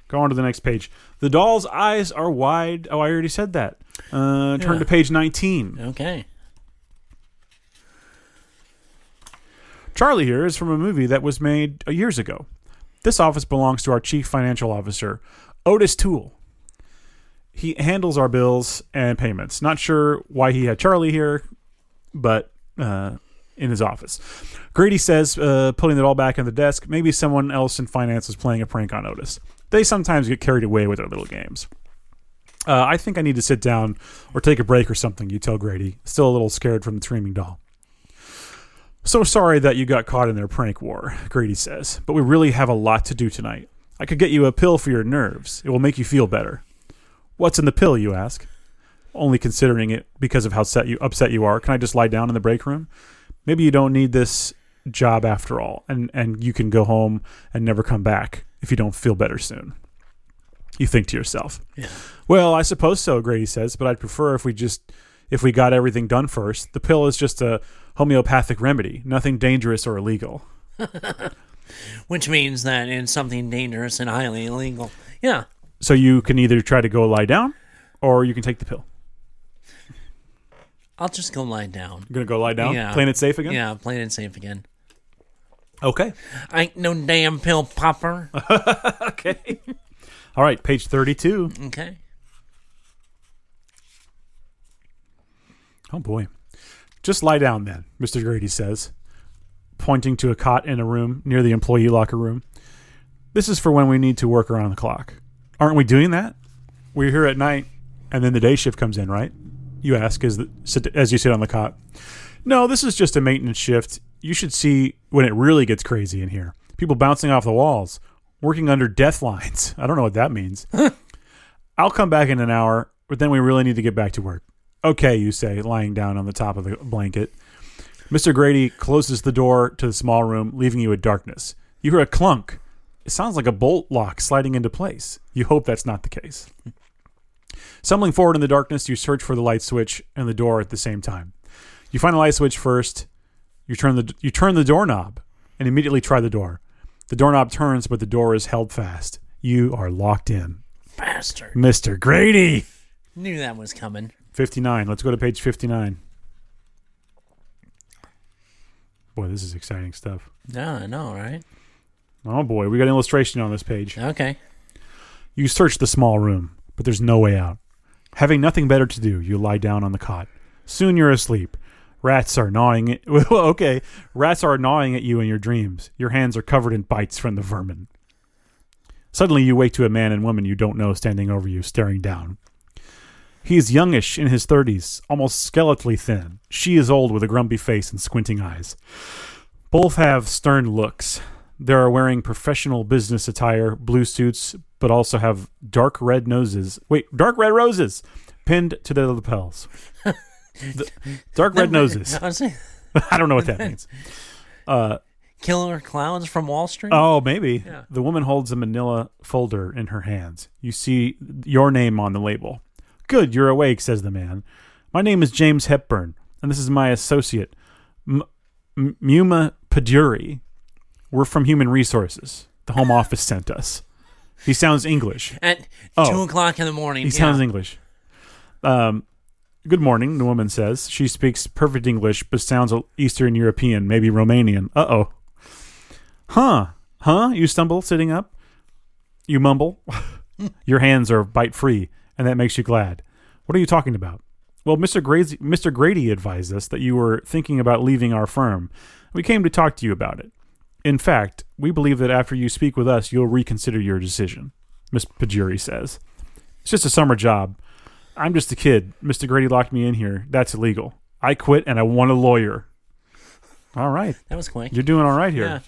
[SPEAKER 1] Go on to the next page. The doll's eyes are wide. Oh, I already said that. Uh, turn
[SPEAKER 2] Yeah.
[SPEAKER 1] to page 19.
[SPEAKER 2] Okay.
[SPEAKER 1] Charlie here is from a movie that was made uh, years ago. This office belongs to our chief financial officer, Otis Toole. He handles our bills and payments. Not sure why he had Charlie here, but uh, in his office. Grady says, uh, putting it all back on the desk, maybe someone else in finance was playing a prank on Otis. They sometimes get carried away with their little games. Uh, I think I need to sit down or take a break or something, you tell Grady, still a little scared from the screaming doll. So sorry that you got caught in their prank war, Grady says, but we really have a lot to do tonight. I could get you a pill for your nerves. It will make you feel better. What's in the pill, you ask? Only considering it because of how set you upset you are. Can I just lie down in the break room? Maybe you don't need this job after all, and, and you can go home and never come back if you don't feel better soon. You think to yourself.
[SPEAKER 2] Yeah.
[SPEAKER 1] Well, I suppose so, Grady says, but I'd prefer if we just if we got everything done first. The pill is just a homeopathic remedy, nothing dangerous or illegal.
[SPEAKER 2] Which means that it's something dangerous and highly illegal. Yeah.
[SPEAKER 1] So you can either try to go lie down or you can take the pill.
[SPEAKER 2] I'll just go lie down.
[SPEAKER 1] You're gonna go lie down,
[SPEAKER 2] Yeah.
[SPEAKER 1] playing it safe again?
[SPEAKER 2] Yeah, playing it safe again.
[SPEAKER 1] Okay.
[SPEAKER 2] I ain't no damn pill popper.
[SPEAKER 1] Okay. All right, page thirty two.
[SPEAKER 2] Okay.
[SPEAKER 1] Oh boy. Just lie down then, Mr. Grady says, pointing to a cot in a room near the employee locker room. This is for when we need to work around the clock. Aren't we doing that? We're here at night, and then the day shift comes in, right? You ask as, the, sit, as you sit on the cot. No, this is just a maintenance shift. You should see when it really gets crazy in here. People bouncing off the walls, working under death lines. I don't know what that means. I'll come back in an hour, but then we really need to get back to work. Okay, you say, lying down on the top of the blanket. Mr. Grady closes the door to the small room, leaving you in darkness. You hear a clunk. It sounds like a bolt lock sliding into place. You hope that's not the case. Stumbling forward in the darkness, you search for the light switch and the door at the same time. You find the light switch first. You turn the you turn the doorknob and immediately try the door. The doorknob turns, but the door is held fast. You are locked in.
[SPEAKER 2] Bastard.
[SPEAKER 1] Mr. Grady.
[SPEAKER 2] Knew that was coming.
[SPEAKER 1] 59. Let's go to page 59. Boy, this is exciting stuff.
[SPEAKER 2] Yeah, I know, right?
[SPEAKER 1] Oh boy, we got an illustration on this page.
[SPEAKER 2] Okay.
[SPEAKER 1] You search the small room, but there's no way out. Having nothing better to do, you lie down on the cot. Soon you're asleep. Rats are gnawing at well, okay. Rats are gnawing at you in your dreams. Your hands are covered in bites from the vermin. Suddenly you wake to a man and woman you don't know standing over you, staring down. He is youngish in his thirties, almost skeletally thin. She is old with a grumpy face and squinting eyes. Both have stern looks. They are wearing professional business attire, blue suits, but also have dark red noses. Wait, dark red roses pinned to their lapels. The- dark red noses.
[SPEAKER 2] I was saying,
[SPEAKER 1] I don't know what that means.
[SPEAKER 2] Killer clowns from Wall Street?
[SPEAKER 1] Oh, maybe.
[SPEAKER 2] Yeah.
[SPEAKER 1] The woman holds a manila folder in her hands. You see your name on the label. Good, you're awake, says the man. My name is James Hepburn, and this is my associate, M- M- Muma Paduri. We're from Human Resources. The Home Office sent us. He sounds English.
[SPEAKER 2] At
[SPEAKER 1] Oh.
[SPEAKER 2] 2 o'clock in the morning.
[SPEAKER 1] He
[SPEAKER 2] yeah.
[SPEAKER 1] sounds English. Um, good morning, the woman says. She speaks perfect English, but sounds Eastern European, maybe Romanian. Uh oh. Huh? Huh? You stumble sitting up. You mumble. Your hands are bite free, and that makes you glad. What are you talking about? Well, Mr. Grady, Mr. Grady advised us that you were thinking about leaving our firm. We came to talk to you about it. In fact, we believe that after you speak with us, you'll reconsider your decision, Miss Pajuri says. It's just a summer job. I'm just a kid. Mr. Grady locked me in here. That's illegal. I quit and I want a lawyer. All right.
[SPEAKER 2] That was quick.
[SPEAKER 1] You're doing all right here.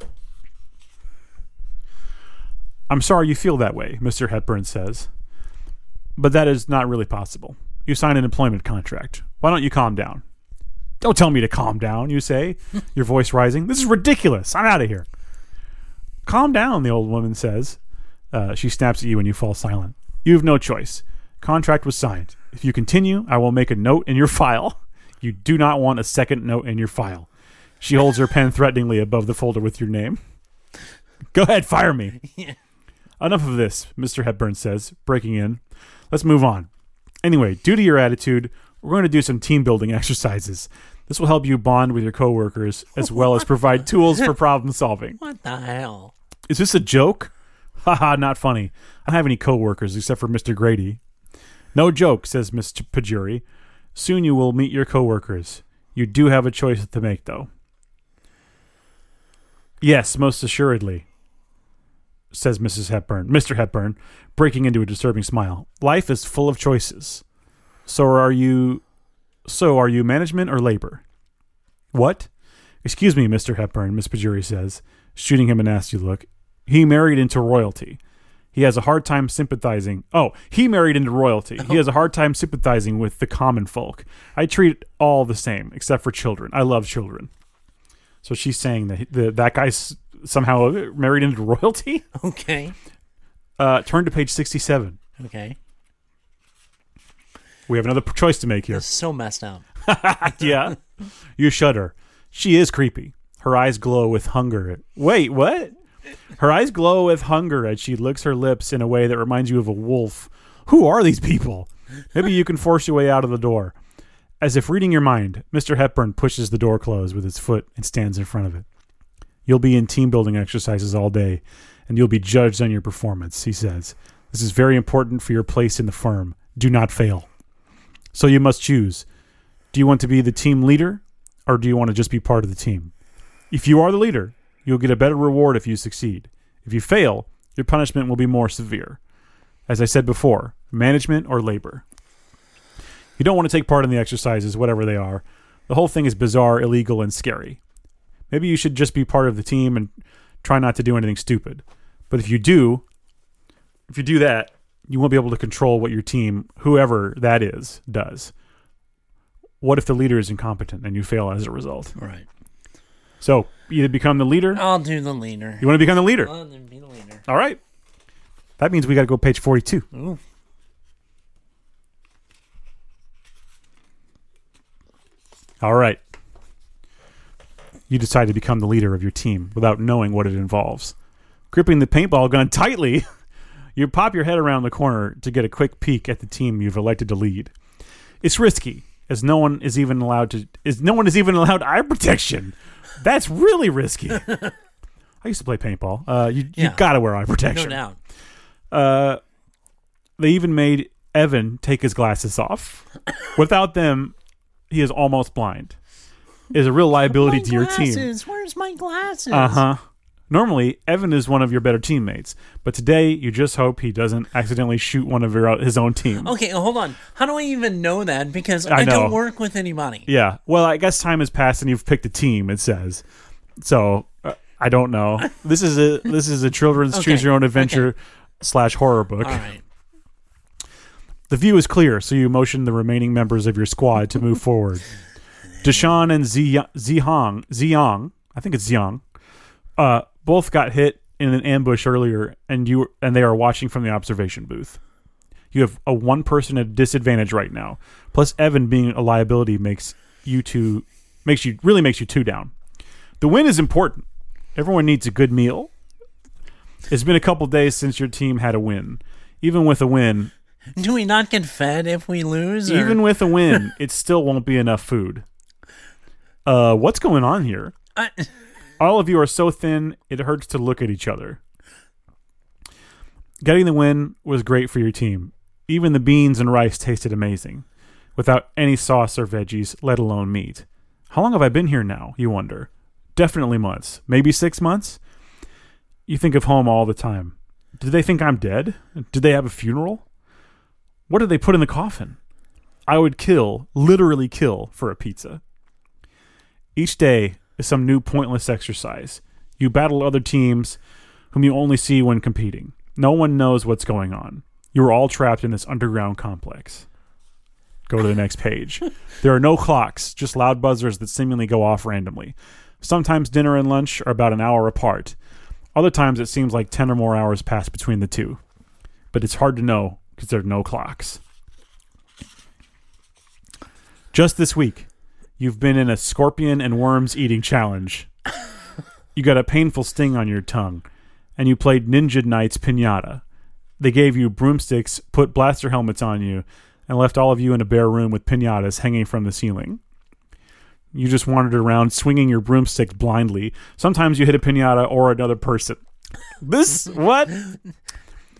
[SPEAKER 2] Yeah.
[SPEAKER 1] I'm sorry you feel that way, Mr. Hepburn says. But that is not really possible. You signed an employment contract. Why don't you calm down? Don't tell me to calm down, you say, your voice rising. This is ridiculous. I'm out of here. Calm down, the old woman says. Uh, she snaps at you and you fall silent. You have no choice. Contract was signed. If you continue, I will make a note in your file. You do not want a second note in your file. She holds her pen threateningly above the folder with your name. Go ahead, fire me. Enough of this, Mr. Hepburn says, breaking in. Let's move on. Anyway, due to your attitude, we're going to do some team building exercises. This will help you bond with your coworkers as well as provide tools for problem solving.
[SPEAKER 2] What the hell?
[SPEAKER 1] Is this a joke? Haha, not funny. I don't have any coworkers except for Mr. Grady. No joke, says Mr. Pajuri. Soon you will meet your coworkers. You do have a choice to make, though. Yes, most assuredly, says Mrs. Hepburn, Mr. Hepburn, breaking into a disturbing smile. Life is full of choices. So are you so are you management or labor? What? Excuse me, Mr. Hepburn, Miss Pajuri says, shooting him a nasty look. He married into royalty. He has a hard time sympathizing. Oh, he married into royalty. He has a hard time sympathizing with the common folk. I treat all the same, except for children. I love children. So she's saying that the, that guy's somehow married into royalty.
[SPEAKER 2] Okay.
[SPEAKER 1] Uh, turn to page sixty-seven.
[SPEAKER 2] Okay.
[SPEAKER 1] We have another p- choice to make here.
[SPEAKER 2] That's so messed up.
[SPEAKER 1] yeah. You shudder. She is creepy. Her eyes glow with hunger. At, wait, what? Her eyes glow with hunger as she licks her lips in a way that reminds you of a wolf. Who are these people? Maybe you can force your way out of the door. As if reading your mind, Mr. Hepburn pushes the door closed with his foot and stands in front of it. You'll be in team building exercises all day, and you'll be judged on your performance, he says. This is very important for your place in the firm. Do not fail. So you must choose. Do you want to be the team leader or do you want to just be part of the team? If you are the leader, you'll get a better reward if you succeed. If you fail, your punishment will be more severe. As I said before, management or labor. You don't want to take part in the exercises, whatever they are. The whole thing is bizarre, illegal, and scary. Maybe you should just be part of the team and try not to do anything stupid. But if you do, if you do that, you won't be able to control what your team, whoever that is, does. What if the leader is incompetent and you fail as a result?
[SPEAKER 2] All right.
[SPEAKER 1] So either become the leader.
[SPEAKER 2] I'll do the leader.
[SPEAKER 1] You want to become the leader.
[SPEAKER 2] I'll be the leader.
[SPEAKER 1] All right. That means we got to go page 42.
[SPEAKER 2] Ooh.
[SPEAKER 1] All right. You decide to become the leader of your team without knowing what it involves. Gripping the paintball gun tightly, you pop your head around the corner to get a quick peek at the team you've elected to lead. It's risky, as no one is even allowed to is no one is even allowed eye protection. That's really risky. I used to play paintball. Uh, you
[SPEAKER 2] Yeah.
[SPEAKER 1] you gotta wear eye protection.
[SPEAKER 2] No doubt.
[SPEAKER 1] Uh, they even made Evan take his glasses off. Without them, he is almost blind. It Is a real liability to your team.
[SPEAKER 2] glasses. Where's my glasses?
[SPEAKER 1] Uh huh. Normally, Evan is one of your better teammates, but today you just hope he doesn't accidentally shoot one of your, uh, his own team.
[SPEAKER 2] Okay, oh, hold on. How do I even know that? Because
[SPEAKER 1] I
[SPEAKER 2] I, don't
[SPEAKER 1] know.
[SPEAKER 2] work with anybody.
[SPEAKER 1] Yeah. Well, I guess time has passed and you've picked a team. It says so. Uh, I don't know. This is a this is a children's
[SPEAKER 2] Okay.
[SPEAKER 1] choose your own adventure slash horror book.
[SPEAKER 2] All right.
[SPEAKER 1] The view is clear, so you motion the remaining members of your squad to move forward. Deshaun and Ziyang, Ziyang, I think it's Ziyang, uh, both got hit in an ambush earlier, and you and they are watching from the observation booth. You have a one person at disadvantage right now. Plus, Evan being a liability makes you two makes you really makes you two down. The win is important. Everyone needs a good meal. It's been a couple days since your team had a win. Even with a win,
[SPEAKER 2] Do we not get fed if we lose? or-
[SPEAKER 1] even with a win, it still won't be enough food. Uh, what's going on here?
[SPEAKER 2] I,
[SPEAKER 1] All of you are so thin, it hurts to look at each other. Getting the win was great for your team. Even the beans and rice tasted amazing. without any sauce or veggies, let alone meat. How long have I been here now, you wonder? Definitely months, maybe six months. You think of home all the time. Did they think I'm dead? Did they have a funeral? What did they put in the coffin? I would kill, literally kill, for a pizza. Each day is some new pointless exercise. You battle other teams whom you only see when competing. No one knows what's going on. You are all trapped in this underground complex. Go to the next page. There are no clocks, just loud buzzers that seemingly go off randomly. Sometimes dinner and lunch are about an hour apart. Other times it seems like 10 or more hours pass between the two. But it's hard to know because there are no clocks. Just this week, you've been in a scorpion and worms eating challenge. You got a painful sting on your tongue, and you played Ninja Knight's Pinata. They gave you broomsticks, put blaster helmets on you, and left all of you in a bare room with pinatas hanging from the ceiling. You just wandered around swinging your broomsticks blindly. Sometimes you hit a pinata or another person. This, what?
[SPEAKER 2] This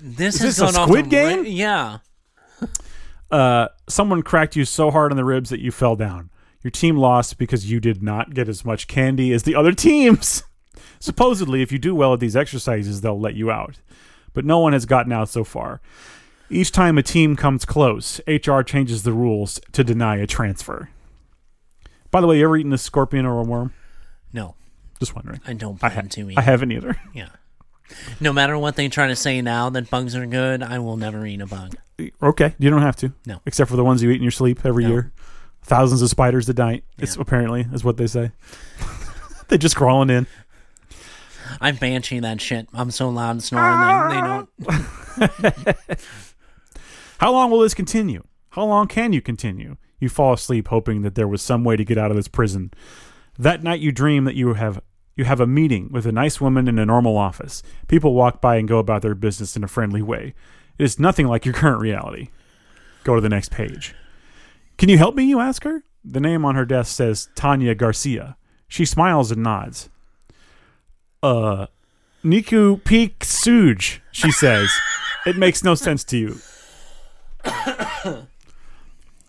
[SPEAKER 1] this
[SPEAKER 2] is
[SPEAKER 1] a
[SPEAKER 2] going off
[SPEAKER 1] Squid
[SPEAKER 2] the ra-
[SPEAKER 1] Game?
[SPEAKER 2] yeah.
[SPEAKER 1] uh, someone cracked you so hard on the ribs that you fell down. Your team lost because you did not get as much candy as the other teams. Supposedly, if you do well at these exercises, they'll let you out. But no one has gotten out so far. Each time a team comes close, HR changes the rules to deny a transfer. By the way, you ever eaten a scorpion or a worm?
[SPEAKER 2] No,
[SPEAKER 1] Just wondering.
[SPEAKER 2] I don't plan to eat.
[SPEAKER 1] I haven't either.
[SPEAKER 2] yeah. No matter what they try to say now that bugs are good, I will never eat a bug.
[SPEAKER 1] Okay, you don't have to.
[SPEAKER 2] No.
[SPEAKER 1] Except for the ones you eat in your sleep every
[SPEAKER 2] No.
[SPEAKER 1] year. Thousands of spiders to night. It's
[SPEAKER 2] Yeah.
[SPEAKER 1] apparently is what they say. They're just crawling in.
[SPEAKER 2] I'm banshee that shit. I'm so loud and snoring that they don't.
[SPEAKER 1] How long will this continue? How long can you continue? You fall asleep hoping that there was some way to get out of this prison. That night you dream that you have you have a meeting with a nice woman in a normal office. People walk by and go about their business in a friendly way. It is nothing like your current reality. Go to the next page. Can you help me? You ask her. The name on her desk says Tanya Garcia. She smiles and nods. Uh, Niku Peak Suj, she says. it makes no sense to you.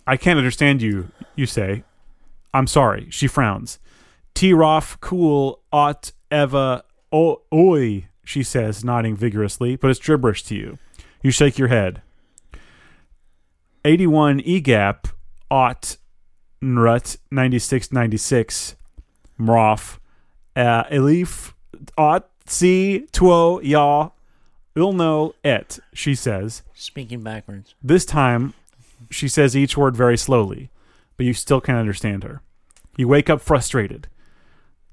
[SPEAKER 1] I can't understand you, you say. I'm sorry. She frowns. T Roff, cool, ought, Eva, o- oi, she says, nodding vigorously, but it's gibberish to you. You shake your head. E 81 EGAP, ought, nrut, 9696, mroff, uh, elif, ought, si, tuo, ya, ilno, et, she says.
[SPEAKER 2] Speaking backwards.
[SPEAKER 1] This time, she says each word very slowly, but you still can't understand her. You wake up frustrated.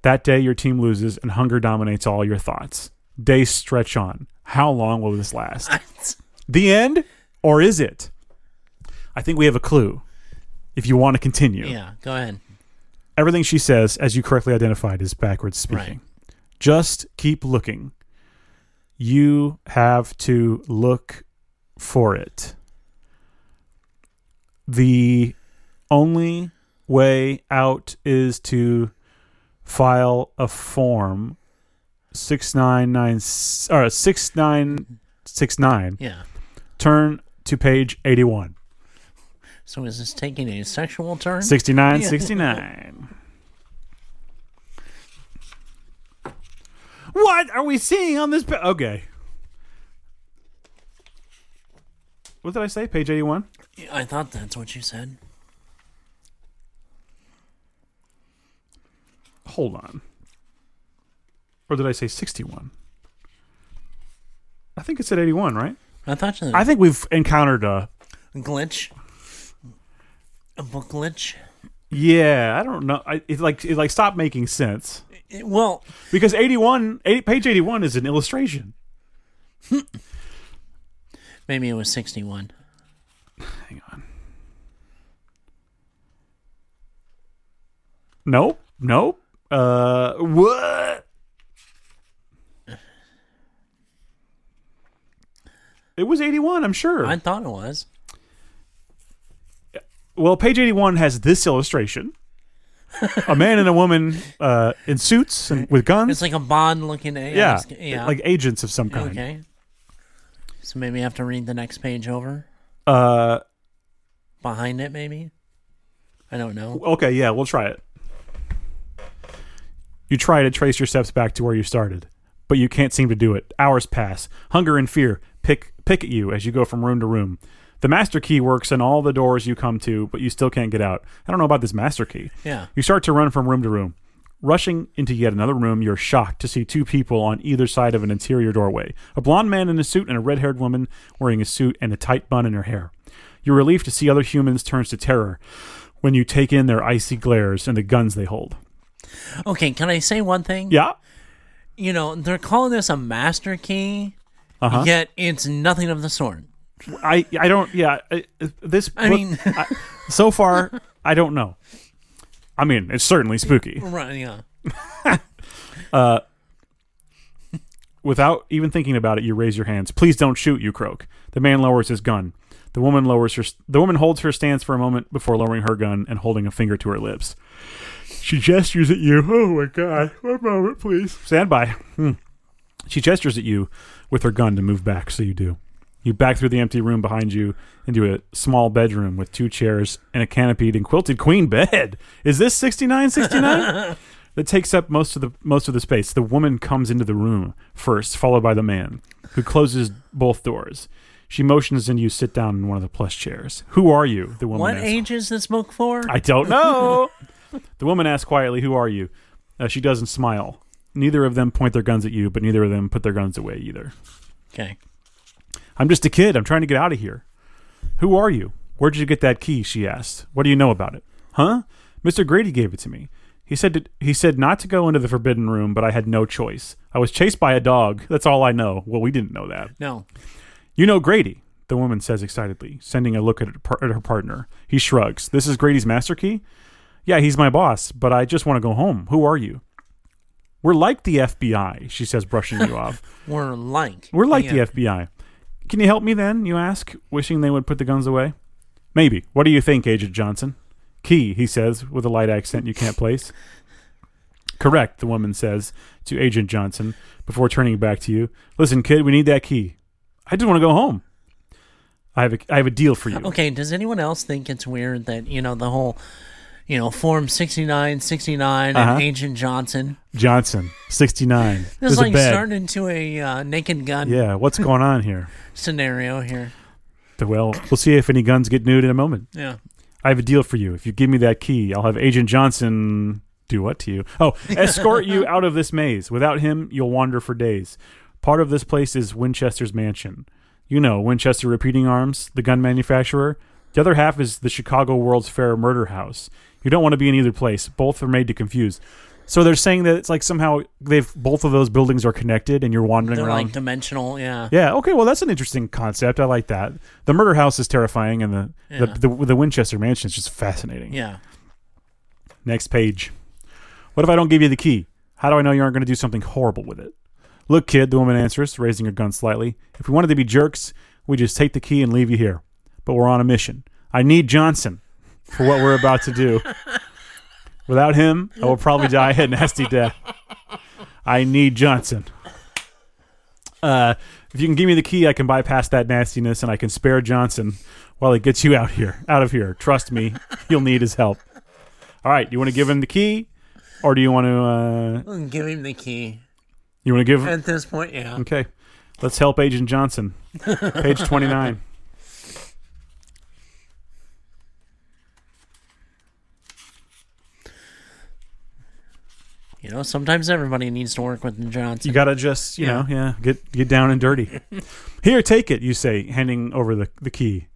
[SPEAKER 1] That day, your team loses, and hunger dominates all your thoughts. Days stretch on. How long will this last? the end, or is it? I think we have a clue. If you want to continue,
[SPEAKER 2] yeah, go ahead.
[SPEAKER 1] everything she says, as you correctly identified, is backwards speaking. Just keep looking. You have to look for it. The only way out is to file a form 699 or 6969
[SPEAKER 2] Yeah.
[SPEAKER 1] turn to page 81
[SPEAKER 2] So is this taking a sexual turn?
[SPEAKER 1] 69
[SPEAKER 2] Yeah.
[SPEAKER 1] 69 what are we seeing on this pa- okay what did i say page 81
[SPEAKER 2] I thought that's what you said.
[SPEAKER 1] hold on or did i say 61 i think it said 81 right
[SPEAKER 2] I thought you
[SPEAKER 1] i think we've encountered a
[SPEAKER 2] glitch. A book glitch.
[SPEAKER 1] yeah i don't know I, it like it like stopped making sense
[SPEAKER 2] It- well,
[SPEAKER 1] because 81 eight- page 81 is an illustration
[SPEAKER 2] maybe it was 61.
[SPEAKER 1] Hang on. Nope. Nope. Uh, what? It was 81, I'm sure.
[SPEAKER 2] I thought it was.
[SPEAKER 1] well, page 81 has this illustration. a man and a woman uh, in suits and with guns.
[SPEAKER 2] It's like a Bond looking AI.
[SPEAKER 1] yeah.
[SPEAKER 2] yeah.
[SPEAKER 1] Like agents of some kind.
[SPEAKER 2] okay. So maybe I have to read the next page over.
[SPEAKER 1] Uh,
[SPEAKER 2] Behind it, maybe. I don't know.
[SPEAKER 1] Okay, yeah, we'll try it. You try to trace your steps back to where you started, but you can't seem to do it. Hours pass. Hunger and fear pick pick at you as you go from room to room. The master key works in all the doors you come to, but you still can't get out. I don't know about this master key.
[SPEAKER 2] Yeah.
[SPEAKER 1] You start to run from room to room. Rushing into yet another room, you're shocked to see two people on either side of an interior doorway a blonde man in a suit and a red haired woman wearing a suit and a tight bun in her hair. Your relief to see other humans turns to terror when you take in their icy glares and the guns they hold.
[SPEAKER 2] Okay, can I say one thing?
[SPEAKER 1] Yeah?
[SPEAKER 2] You know, they're calling this a master key,
[SPEAKER 1] Uh-huh.
[SPEAKER 2] yet it's nothing of the sort.
[SPEAKER 1] I, I don't, yeah. I, this,
[SPEAKER 2] I
[SPEAKER 1] book-
[SPEAKER 2] mean,
[SPEAKER 1] I, so far, I don't know. I mean, it's certainly spooky.
[SPEAKER 2] right, yeah.
[SPEAKER 1] Without even thinking about it, you raise your hands. Please don't shoot, you croak. The man lowers his gun. The woman lowers her. The woman holds her stance for a moment before lowering her gun and holding a finger to her lips. She gestures at you. Oh my god! One moment, please. Stand by. Hmm. She gestures at you with her gun to move back. So you do. You back through the empty room behind you into a small bedroom with two chairs and a canopied and quilted queen bed. Is this sixty nine sixty nine? that takes up most of the most of the space. The woman comes into the room first, followed by the man, who closes both doors. She motions and you sit down in one of the plush chairs. Who are you? The woman
[SPEAKER 2] What
[SPEAKER 1] asks.
[SPEAKER 2] age is this book for?
[SPEAKER 1] I don't know. the woman asks quietly, "Who are you?" Uh, she doesn't smile. Neither of them point their guns at you, but neither of them put their guns away either.
[SPEAKER 2] okay.
[SPEAKER 1] I'm just a kid. I'm trying to get out of here. Who are you? Where did you get that key? She asked. What do you know about it? Huh? Mr. Grady gave it to me. He said to, he said not to go into the forbidden room, but I had no choice. I was chased by a dog. That's all I know. Well, we didn't know that.
[SPEAKER 2] No.
[SPEAKER 1] You know Grady, the woman says excitedly, sending a look at her, par- at her partner. He shrugs. This is Grady's master key? Yeah, he's my boss, but I just want to go home. Who are you? We're like the FBI, she says, brushing you off.
[SPEAKER 2] We're like.
[SPEAKER 1] We're like
[SPEAKER 2] Yeah.
[SPEAKER 1] the FBI. Can you help me then? You ask, wishing they would put the guns away. Maybe. What do you think, Agent Johnson? Key, he says, with a light accent you can't place. Correct, the woman says to Agent Johnson before turning back to you. Listen, kid, we need that key. I just want to go home. I have a, I have a deal for you.
[SPEAKER 2] Okay, does anyone else think it's weird that, you know, the whole, you know, Form 6969
[SPEAKER 1] Uh-huh.
[SPEAKER 2] and Agent Johnson?
[SPEAKER 1] Johnson, 69.
[SPEAKER 2] This is
[SPEAKER 1] There's
[SPEAKER 2] like
[SPEAKER 1] a bed.
[SPEAKER 2] starting into a uh, naked gun
[SPEAKER 1] yeah, what's going on here?
[SPEAKER 2] scenario here.
[SPEAKER 1] Well, we'll see if any guns get nude in a moment.
[SPEAKER 2] Yeah.
[SPEAKER 1] I have a deal for you. If you give me that key, I'll have Agent Johnson do what to you? Oh, escort you out of this maze. Without him, you'll wander for days. Part of this place is Winchester's mansion. You know, Winchester Repeating Arms, the gun manufacturer. The other half is the Chicago World's Fair murder house. You don't want to be in either place. Both are made to confuse. So they're saying that it's like somehow they've both of those buildings are connected and you're wandering
[SPEAKER 2] They're
[SPEAKER 1] around.
[SPEAKER 2] like dimensional. Yeah.
[SPEAKER 1] Yeah. Okay. Well, that's an interesting concept. I like that. The murder house is terrifying, and the
[SPEAKER 2] Yeah.
[SPEAKER 1] the, the the Winchester mansion is just fascinating.
[SPEAKER 2] Yeah.
[SPEAKER 1] Next page. What if I don't give you the key? How do I know you aren't going to do something horrible with it? Look, kid, the woman answers, raising her gun slightly. If we wanted to be jerks, we just take the key and leave you here. But we're on a mission. I need Johnson for what we're about to do. Without him, I will probably die a nasty death. I need Johnson. Uh, if you can give me the key, I can bypass that nastiness and I can spare Johnson while he gets you out here, out of here. Trust me, you'll need his help. All right, do you want to give him the key, or do you want to? Uh,
[SPEAKER 2] Mm, Give him the key.
[SPEAKER 1] you want to give?
[SPEAKER 2] At this point, yeah.
[SPEAKER 1] Okay, let's help Agent Johnson. Page twenty-nine.
[SPEAKER 2] You know, sometimes everybody needs to work with
[SPEAKER 1] You
[SPEAKER 2] Johnson.
[SPEAKER 1] gotta just, you know, yeah, get get down and dirty. Here, take it. You say, handing over the the key,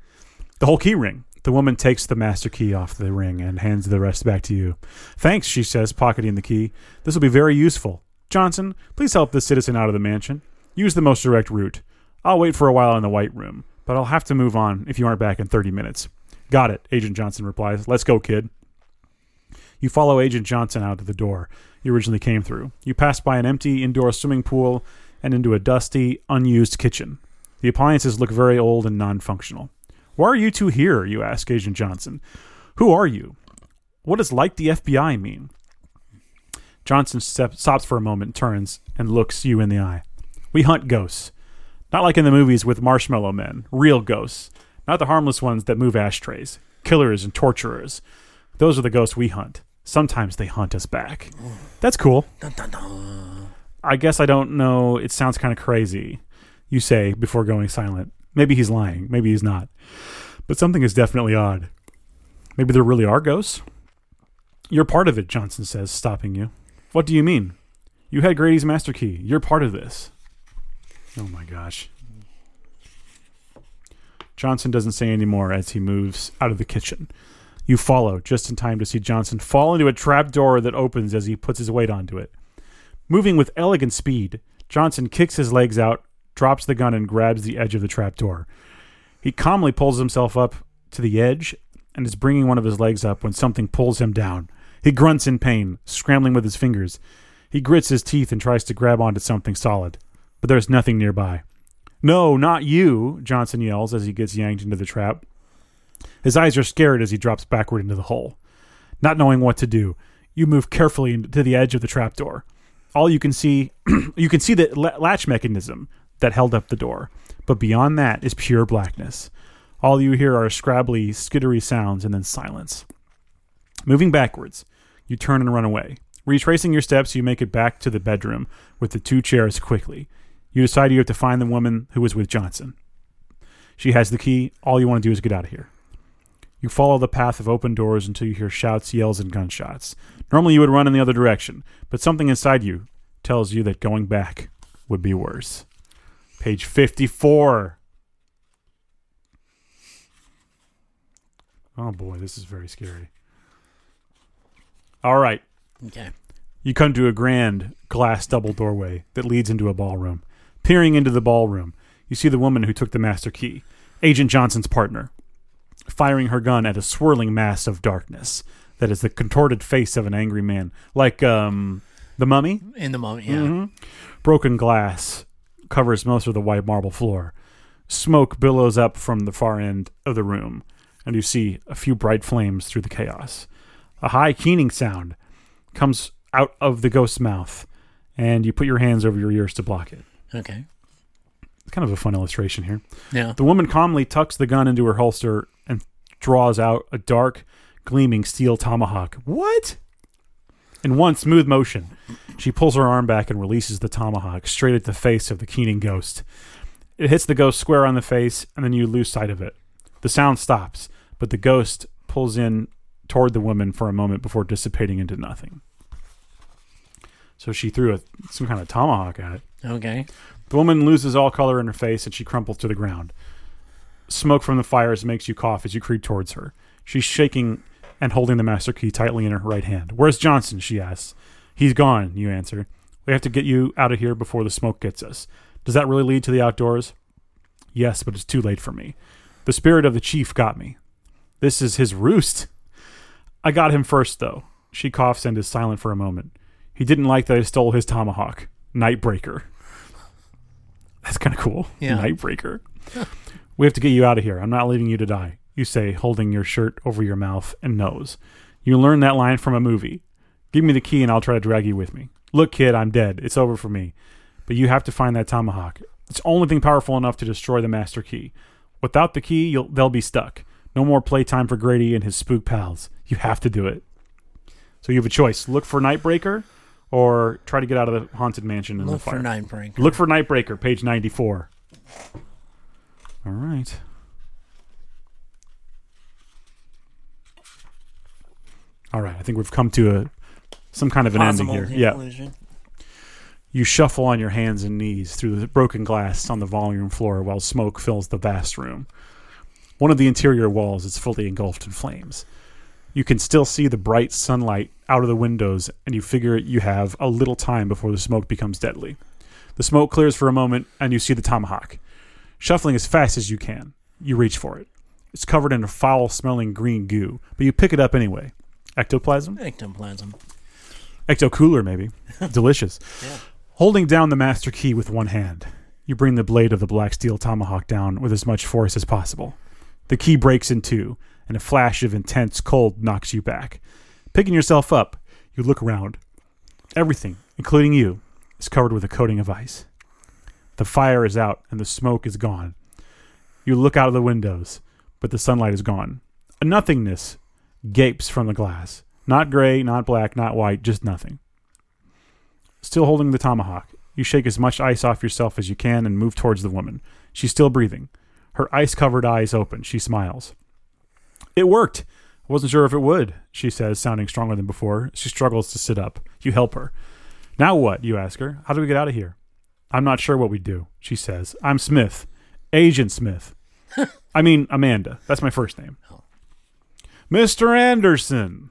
[SPEAKER 1] the whole key ring. The woman takes the master key off the ring and hands the rest back to you. Thanks, she says, pocketing the key. This will be very useful. Johnson, please help this citizen out of the mansion. Use the most direct route. I'll wait for a while in the white room, but I'll have to move on if you aren't back in 30 minutes. Got it, Agent Johnson replies. Let's go, kid. You follow Agent Johnson out of the door you originally came through. You pass by an empty indoor swimming pool and into a dusty, unused kitchen. The appliances look very old and non functional. Why are you two here? You ask Agent Johnson. Who are you? What does like the FBI mean? Johnson step, stops for a moment, turns, and looks you in the eye. We hunt ghosts. Not like in the movies with marshmallow men, real ghosts. Not the harmless ones that move ashtrays, killers and torturers. Those are the ghosts we hunt. Sometimes they hunt us back. That's cool.
[SPEAKER 2] Dun, dun, dun.
[SPEAKER 1] I guess I don't know. It sounds kind of crazy, you say before going silent. Maybe he's lying. Maybe he's not. But something is definitely odd. Maybe there really are ghosts? You're part of it, Johnson says, stopping you. What do you mean? You had Grady's master key. You're part of this. Oh my gosh. Johnson doesn't say any more as he moves out of the kitchen. You follow, just in time to see Johnson fall into a trap door that opens as he puts his weight onto it. Moving with elegant speed, Johnson kicks his legs out, drops the gun, and grabs the edge of the trapdoor. He calmly pulls himself up to the edge and is bringing one of his legs up when something pulls him down. He grunts in pain, scrambling with his fingers. He grits his teeth and tries to grab onto something solid, but there's nothing nearby. No, not you, Johnson yells as he gets yanked into the trap. His eyes are scared as he drops backward into the hole. Not knowing what to do, you move carefully in- to the edge of the trapdoor. All you can see, you can see the la- latch mechanism that held up the door, but beyond that is pure blackness. All you hear are scrabbly, skittery sounds and then silence. Moving backwards, you turn and run away. Retracing your steps, you make it back to the bedroom with the two chairs quickly. You decide you have to find the woman who was with Johnson. She has the key. All you want to do is get out of here. You follow the path of open doors until you hear shouts, yells, and gunshots. Normally, you would run in the other direction, but something inside you tells you that going back would be worse. Page 54. Oh boy, this is very scary. All right.
[SPEAKER 2] Okay.
[SPEAKER 1] You come to a grand glass double doorway that leads into a ballroom. Peering into the ballroom, you see the woman who took the master key, Agent Johnson's partner, firing her gun at a swirling mass of darkness that is the contorted face of an angry man, like um, the mummy.
[SPEAKER 2] In the moment, yeah.
[SPEAKER 1] Mm-hmm. Broken glass covers most of the white marble floor. Smoke billows up from the far end of the room, and you see a few bright flames through the chaos. A high keening sound comes out of the ghost's mouth, and you put your hands over your ears to block it.
[SPEAKER 2] Okay.
[SPEAKER 1] It's kind of a fun illustration here.
[SPEAKER 2] Yeah.
[SPEAKER 1] The woman calmly tucks the gun into her holster and draws out a dark, gleaming steel tomahawk. What? In one smooth motion, she pulls her arm back and releases the tomahawk straight at the face of the keening ghost. It hits the ghost square on the face, and then you lose sight of it. The sound stops, but the ghost pulls in toward the woman for a moment before dissipating into nothing. So she threw a, some kind of tomahawk at it.
[SPEAKER 2] Okay.
[SPEAKER 1] The woman loses all color in her face and she crumples to the ground. Smoke from the fires makes you cough as you creep towards her. She's shaking and holding the master key tightly in her right hand. Where's Johnson? she asks. He's gone, you answer. We have to get you out of here before the smoke gets us. Does that really lead to the outdoors? Yes, but it's too late for me. The spirit of the chief got me. This is his roost. I got him first, though. She coughs and is silent for a moment. He didn't like that I stole his tomahawk. Nightbreaker. That's kind of cool.
[SPEAKER 2] Yeah.
[SPEAKER 1] Nightbreaker. we have to get you out of here. I'm not leaving you to die, you say, holding your shirt over your mouth and nose. You learn that line from a movie. Give me the key and I'll try to drag you with me. Look, kid, I'm dead. It's over for me. But you have to find that tomahawk. It's the only thing powerful enough to destroy the master key. Without the key, you'll, they'll be stuck. No more playtime for Grady and his spook pals. You have to do it. So you have a choice: look for Nightbreaker, or try to get out of the haunted mansion and
[SPEAKER 2] Look
[SPEAKER 1] the fire.
[SPEAKER 2] for Nightbreaker.
[SPEAKER 1] Look for Nightbreaker, page 94. All right. All right, I think we've come to a some kind of an
[SPEAKER 2] Possible
[SPEAKER 1] ending here. Yeah.
[SPEAKER 2] conclusion.
[SPEAKER 1] You shuffle on your hands and knees through the broken glass on the volume floor while smoke fills the vast room. One of the interior walls is fully engulfed in flames. You can still see the bright sunlight out of the windows, and you figure you have a little time before the smoke becomes deadly. The smoke clears for a moment, and you see the tomahawk. Shuffling as fast as you can, you reach for it. It's covered in a foul smelling green goo, but you pick it up anyway. Ectoplasm?
[SPEAKER 2] Ectoplasm.
[SPEAKER 1] Ecto cooler, maybe. Delicious.
[SPEAKER 2] Yeah.
[SPEAKER 1] Holding down the master key with one hand, you bring the blade of the black steel tomahawk down with as much force as possible. The key breaks in two, and a flash of intense cold knocks you back. Picking yourself up, you look around. Everything, including you, is covered with a coating of ice. The fire is out and the smoke is gone. You look out of the windows, but the sunlight is gone. A nothingness gapes from the glass. Not gray, not black, not white, just nothing. Still holding the tomahawk, you shake as much ice off yourself as you can and move towards the woman. She's still breathing. Her ice covered eyes open. She smiles. It worked. I wasn't sure if it would, she says, sounding stronger than before. She struggles to sit up. You help her. Now what? You ask her. How do we get out of here? I'm not sure what we do, she says. I'm Smith. Agent Smith. I mean, Amanda. That's my first name. Mr. Anderson.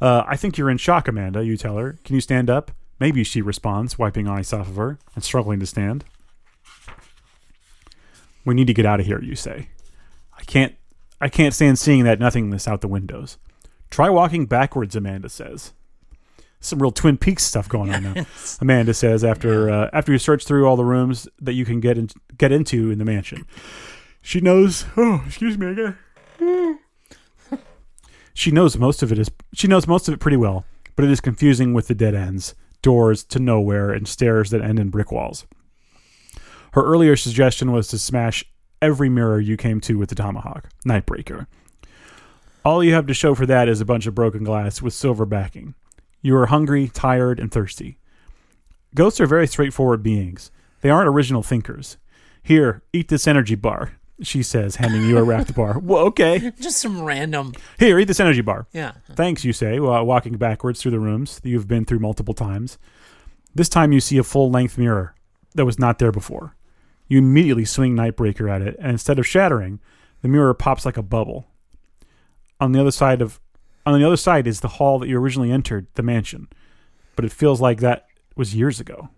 [SPEAKER 1] Uh, I think you're in shock, Amanda, you tell her. Can you stand up? Maybe, she responds, wiping ice off of her and struggling to stand. We need to get out of here, you say. I can't I can't stand seeing that nothingness out the windows. Try walking backwards, Amanda says. Some real Twin Peaks stuff going on now. Amanda says after uh, after you search through all the rooms that you can get in, get into in the mansion. She knows. Oh, excuse me again. she knows most of it is. She knows most of it pretty well, but it is confusing with the dead ends, doors to nowhere, and stairs that end in brick walls. Her earlier suggestion was to smash every mirror you came to with the tomahawk, Nightbreaker. All you have to show for that is a bunch of broken glass with silver backing. You are hungry, tired, and thirsty. Ghosts are very straightforward beings. They aren't original thinkers. Here, eat this energy bar, she says, handing you a wrapped bar. Well, okay.
[SPEAKER 2] Just some random.
[SPEAKER 1] Here, eat this energy bar.
[SPEAKER 2] Yeah.
[SPEAKER 1] Thanks, you say, while walking backwards through the rooms that you've been through multiple times. This time you see a full length mirror that was not there before. You immediately swing Nightbreaker at it, and instead of shattering, the mirror pops like a bubble. On the other side of on the other side is the hall that you originally entered, the mansion. But it feels like that was years ago.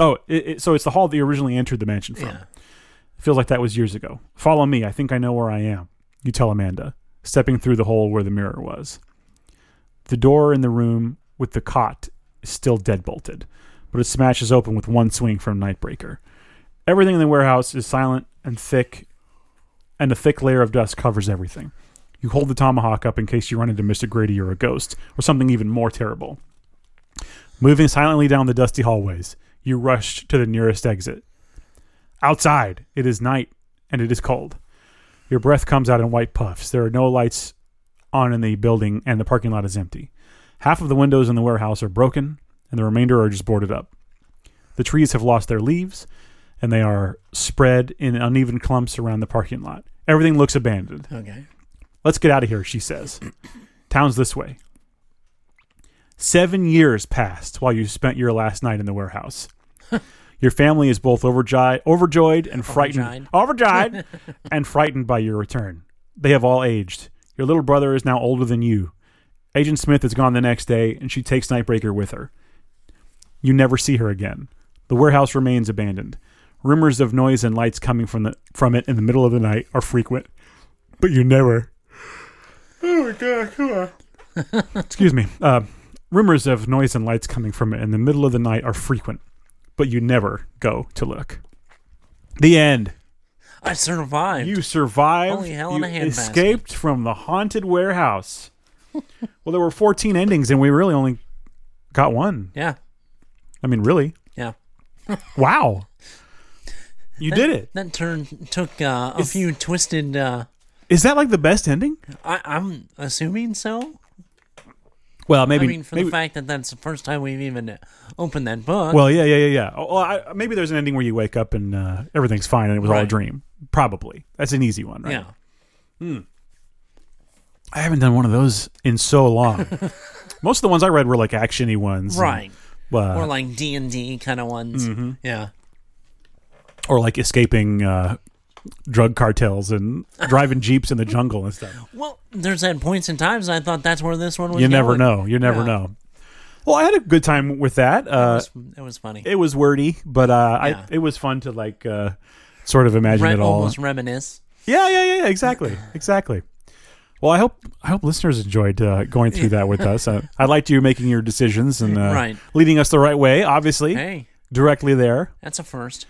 [SPEAKER 1] Oh, it, it, so it's the hall that you originally entered the mansion from.
[SPEAKER 2] Yeah.
[SPEAKER 1] It feels like that was years ago. Follow me. I think I know where I am. You tell Amanda, stepping through the hole where the mirror was. The door in the room with the cot is still deadbolted, but it smashes open with one swing from Nightbreaker. Everything in the warehouse is silent and thick, and a thick layer of dust covers everything. You hold the tomahawk up in case you run into Mr. Grady or a ghost, or something even more terrible. Moving silently down the dusty hallways, you rush to the nearest exit. Outside, it is night and it is cold. Your breath comes out in white puffs. There are no lights on in the building, and the parking lot is empty. Half of the windows in the warehouse are broken, and the remainder are just boarded up. The trees have lost their leaves, and they are spread in uneven clumps around the parking lot. Everything looks abandoned.
[SPEAKER 2] Okay.
[SPEAKER 1] Let's get out of here, she says. Town's this way. Seven years passed while you spent your last night in the warehouse. your family is both overjoyed, overjoyed and frightened, overjoyed, and frightened by your return. They have all aged. Your little brother is now older than you. Agent Smith is gone the next day, and she takes Nightbreaker with her. You never see her again. The warehouse remains abandoned. Rumors of noise and lights coming from the from it in the middle of the night are frequent, but you never. Oh my god! Come on. Excuse me. Uh, rumors of noise and lights coming from it in the middle of the night are frequent, but you never go to look. The end.
[SPEAKER 2] I survived.
[SPEAKER 1] You survived.
[SPEAKER 2] Only hell in
[SPEAKER 1] you
[SPEAKER 2] a handbasket.
[SPEAKER 1] escaped from the haunted warehouse. well, there were 14 endings, and we really only got one.
[SPEAKER 2] yeah.
[SPEAKER 1] I mean, really?
[SPEAKER 2] Yeah.
[SPEAKER 1] Wow. You did it.
[SPEAKER 2] That turn took uh, a few twisted. Uh,
[SPEAKER 1] Is that like the best ending?
[SPEAKER 2] I, I'm assuming so.
[SPEAKER 1] Well, maybe.
[SPEAKER 2] I mean, for the
[SPEAKER 1] maybe-
[SPEAKER 2] fact that that's the first time we've even opened that book.
[SPEAKER 1] well, yeah, yeah, yeah, yeah. Oh, Well, I, maybe there's an ending where you wake up and uh, everything's fine and it was all a
[SPEAKER 2] Right.
[SPEAKER 1] dream. Probably. That's an easy one, right?
[SPEAKER 2] yeah.
[SPEAKER 1] I haven't done one of those in so long. Most of the ones I read were like actiony ones, and-
[SPEAKER 2] Right.
[SPEAKER 1] uh,
[SPEAKER 2] More like D and D kind of ones.
[SPEAKER 1] Mm-hmm.
[SPEAKER 2] Yeah.
[SPEAKER 1] or like escaping uh, drug cartels and driving jeeps in the jungle and stuff.
[SPEAKER 2] Well, there's at points in times I thought that's where this one was.
[SPEAKER 1] You never
[SPEAKER 2] going.
[SPEAKER 1] know. You never
[SPEAKER 2] Yeah.
[SPEAKER 1] know. Well, I had a good time with that.
[SPEAKER 2] It
[SPEAKER 1] Uh,
[SPEAKER 2] was, it was funny.
[SPEAKER 1] it was wordy, but uh,
[SPEAKER 2] Yeah.
[SPEAKER 1] I, it was fun to like uh, sort of imagine
[SPEAKER 2] Re-
[SPEAKER 1] it all.
[SPEAKER 2] almost reminisce.
[SPEAKER 1] Yeah, yeah, yeah, yeah. Exactly, exactly. Well, I hope I hope listeners enjoyed uh, going through that with us. Uh, I liked you making your decisions and uh,
[SPEAKER 2] Right.
[SPEAKER 1] leading us the right way. Obviously,
[SPEAKER 2] Hey,
[SPEAKER 1] directly there.
[SPEAKER 2] that's a first.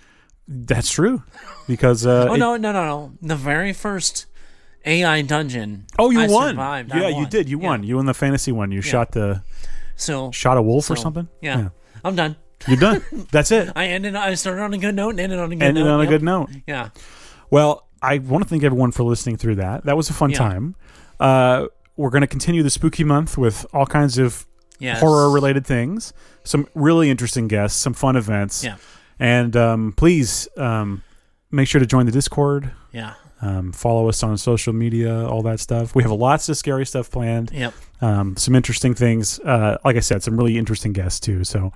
[SPEAKER 1] That's true, because uh,
[SPEAKER 2] Oh
[SPEAKER 1] it-
[SPEAKER 2] no, no, no, no! The very first AI dungeon.
[SPEAKER 1] oh, you
[SPEAKER 2] I
[SPEAKER 1] won.
[SPEAKER 2] Survived. I
[SPEAKER 1] Yeah, you
[SPEAKER 2] won.
[SPEAKER 1] did. You
[SPEAKER 2] Yeah.
[SPEAKER 1] won. You won the fantasy one. You shot the
[SPEAKER 2] So
[SPEAKER 1] shot a wolf or
[SPEAKER 2] So,
[SPEAKER 1] something.
[SPEAKER 2] yeah, I'm done.
[SPEAKER 1] you're done. That's it.
[SPEAKER 2] I ended. I started on a good note and ended on a good
[SPEAKER 1] Ended
[SPEAKER 2] note.
[SPEAKER 1] on a
[SPEAKER 2] Yep.
[SPEAKER 1] good note.
[SPEAKER 2] Yeah.
[SPEAKER 1] Well, I want to thank everyone for listening through that. That was a fun
[SPEAKER 2] Yeah.
[SPEAKER 1] time. Uh, we're going to continue the spooky month with all kinds of
[SPEAKER 2] Yes.
[SPEAKER 1] horror related things, some really interesting guests, some fun events.
[SPEAKER 2] Yeah.
[SPEAKER 1] And um, please um, make sure to join the Discord,
[SPEAKER 2] Yeah.
[SPEAKER 1] um, follow us on social media, all that stuff. We have lots of scary stuff planned,
[SPEAKER 2] Yep.
[SPEAKER 1] um, some interesting things. Uh, like I said, some really interesting guests too. So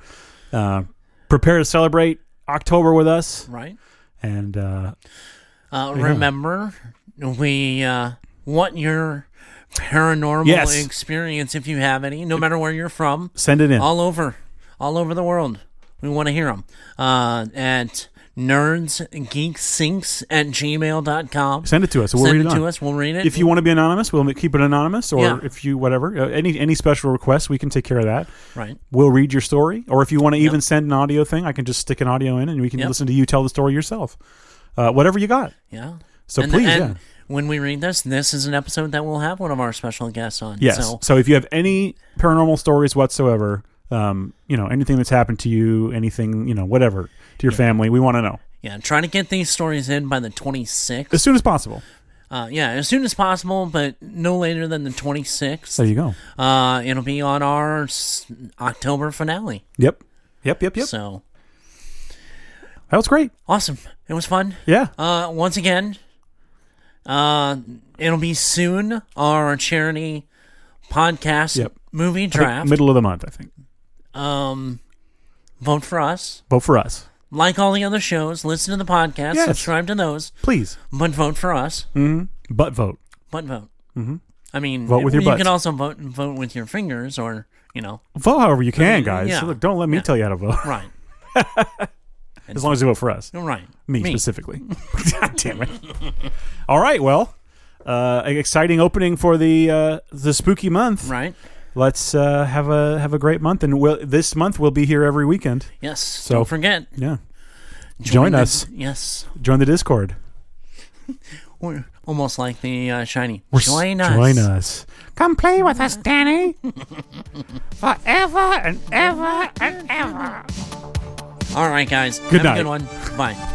[SPEAKER 1] uh, prepare to celebrate October with us.
[SPEAKER 2] Right.
[SPEAKER 1] And uh,
[SPEAKER 2] Uh, Remember, we uh, want your paranormal
[SPEAKER 1] Yes.
[SPEAKER 2] experience if you have any, no matter where you're from,
[SPEAKER 1] send it in.
[SPEAKER 2] all over, all over the world. We want to hear them uh, at nerdsgeeksinks at gmail.com.
[SPEAKER 1] send it to us. We'll
[SPEAKER 2] Send
[SPEAKER 1] read
[SPEAKER 2] it
[SPEAKER 1] on.
[SPEAKER 2] to us. We'll read it.
[SPEAKER 1] if you want to be anonymous, we'll keep it anonymous, or
[SPEAKER 2] Yeah.
[SPEAKER 1] if you whatever uh, any any special requests, we can take care of that.
[SPEAKER 2] right.
[SPEAKER 1] We'll read your story, or if you want to even send an audio thing, I can just stick an audio in, and we can
[SPEAKER 2] Yep.
[SPEAKER 1] listen to you tell the story yourself. Uh, whatever you got.
[SPEAKER 2] Yeah.
[SPEAKER 1] So
[SPEAKER 2] and,
[SPEAKER 1] please, yeah.
[SPEAKER 2] and when we read this, this is an episode that we'll have one of our special guests on.
[SPEAKER 1] Yes. So,
[SPEAKER 2] So,
[SPEAKER 1] if you have any paranormal stories whatsoever, um, you know anything that's happened to you, anything you know, whatever to your family, we want to know
[SPEAKER 2] yeah, try to get these stories in by the 26th.
[SPEAKER 1] as soon as possible.
[SPEAKER 2] Uh, yeah, as soon as possible, but no later than the 26th.
[SPEAKER 1] There you go.
[SPEAKER 2] Uh, it'll be on our s- October finale.
[SPEAKER 1] Yep. Yep. Yep. Yep.
[SPEAKER 2] So
[SPEAKER 1] That was great.
[SPEAKER 2] awesome! It was fun.
[SPEAKER 1] Yeah.
[SPEAKER 2] Uh, once again, uh, it'll be soon our charity podcast
[SPEAKER 1] Yep.
[SPEAKER 2] movie draft.
[SPEAKER 1] Middle of the month, I think.
[SPEAKER 2] um, vote for us.
[SPEAKER 1] Vote for us,
[SPEAKER 2] Like all the other shows, listen to the podcast,
[SPEAKER 1] Yes.
[SPEAKER 2] subscribe to those,
[SPEAKER 1] please.
[SPEAKER 2] but vote for us.
[SPEAKER 1] But vote.
[SPEAKER 2] But vote. Mm-hmm. I mean,
[SPEAKER 1] Vote with your
[SPEAKER 2] you
[SPEAKER 1] butts.
[SPEAKER 2] can also vote vote with your fingers, or you know,
[SPEAKER 1] Vote however you can, guys.
[SPEAKER 2] yeah.
[SPEAKER 1] Look, don't let me tell you how to vote.
[SPEAKER 2] right,
[SPEAKER 1] As long as you vote for us.
[SPEAKER 2] right,
[SPEAKER 1] Me, specifically. God damn it. All right, well, uh, an exciting opening for the uh, the spooky month.
[SPEAKER 2] right.
[SPEAKER 1] Let's uh, have a have a great month, and we'll, this month we'll be here every weekend.
[SPEAKER 2] Yes.
[SPEAKER 1] So-
[SPEAKER 2] don't forget.
[SPEAKER 1] Yeah, join,
[SPEAKER 2] the-
[SPEAKER 1] us.
[SPEAKER 2] yes.
[SPEAKER 1] Join the Discord.
[SPEAKER 2] We're almost like the uh, shiny.
[SPEAKER 1] We're s-
[SPEAKER 2] join us.
[SPEAKER 1] Join us. Come play with us, Danny. Forever and ever and ever.
[SPEAKER 2] All right, guys. Have
[SPEAKER 1] night.
[SPEAKER 2] a good one. Bye.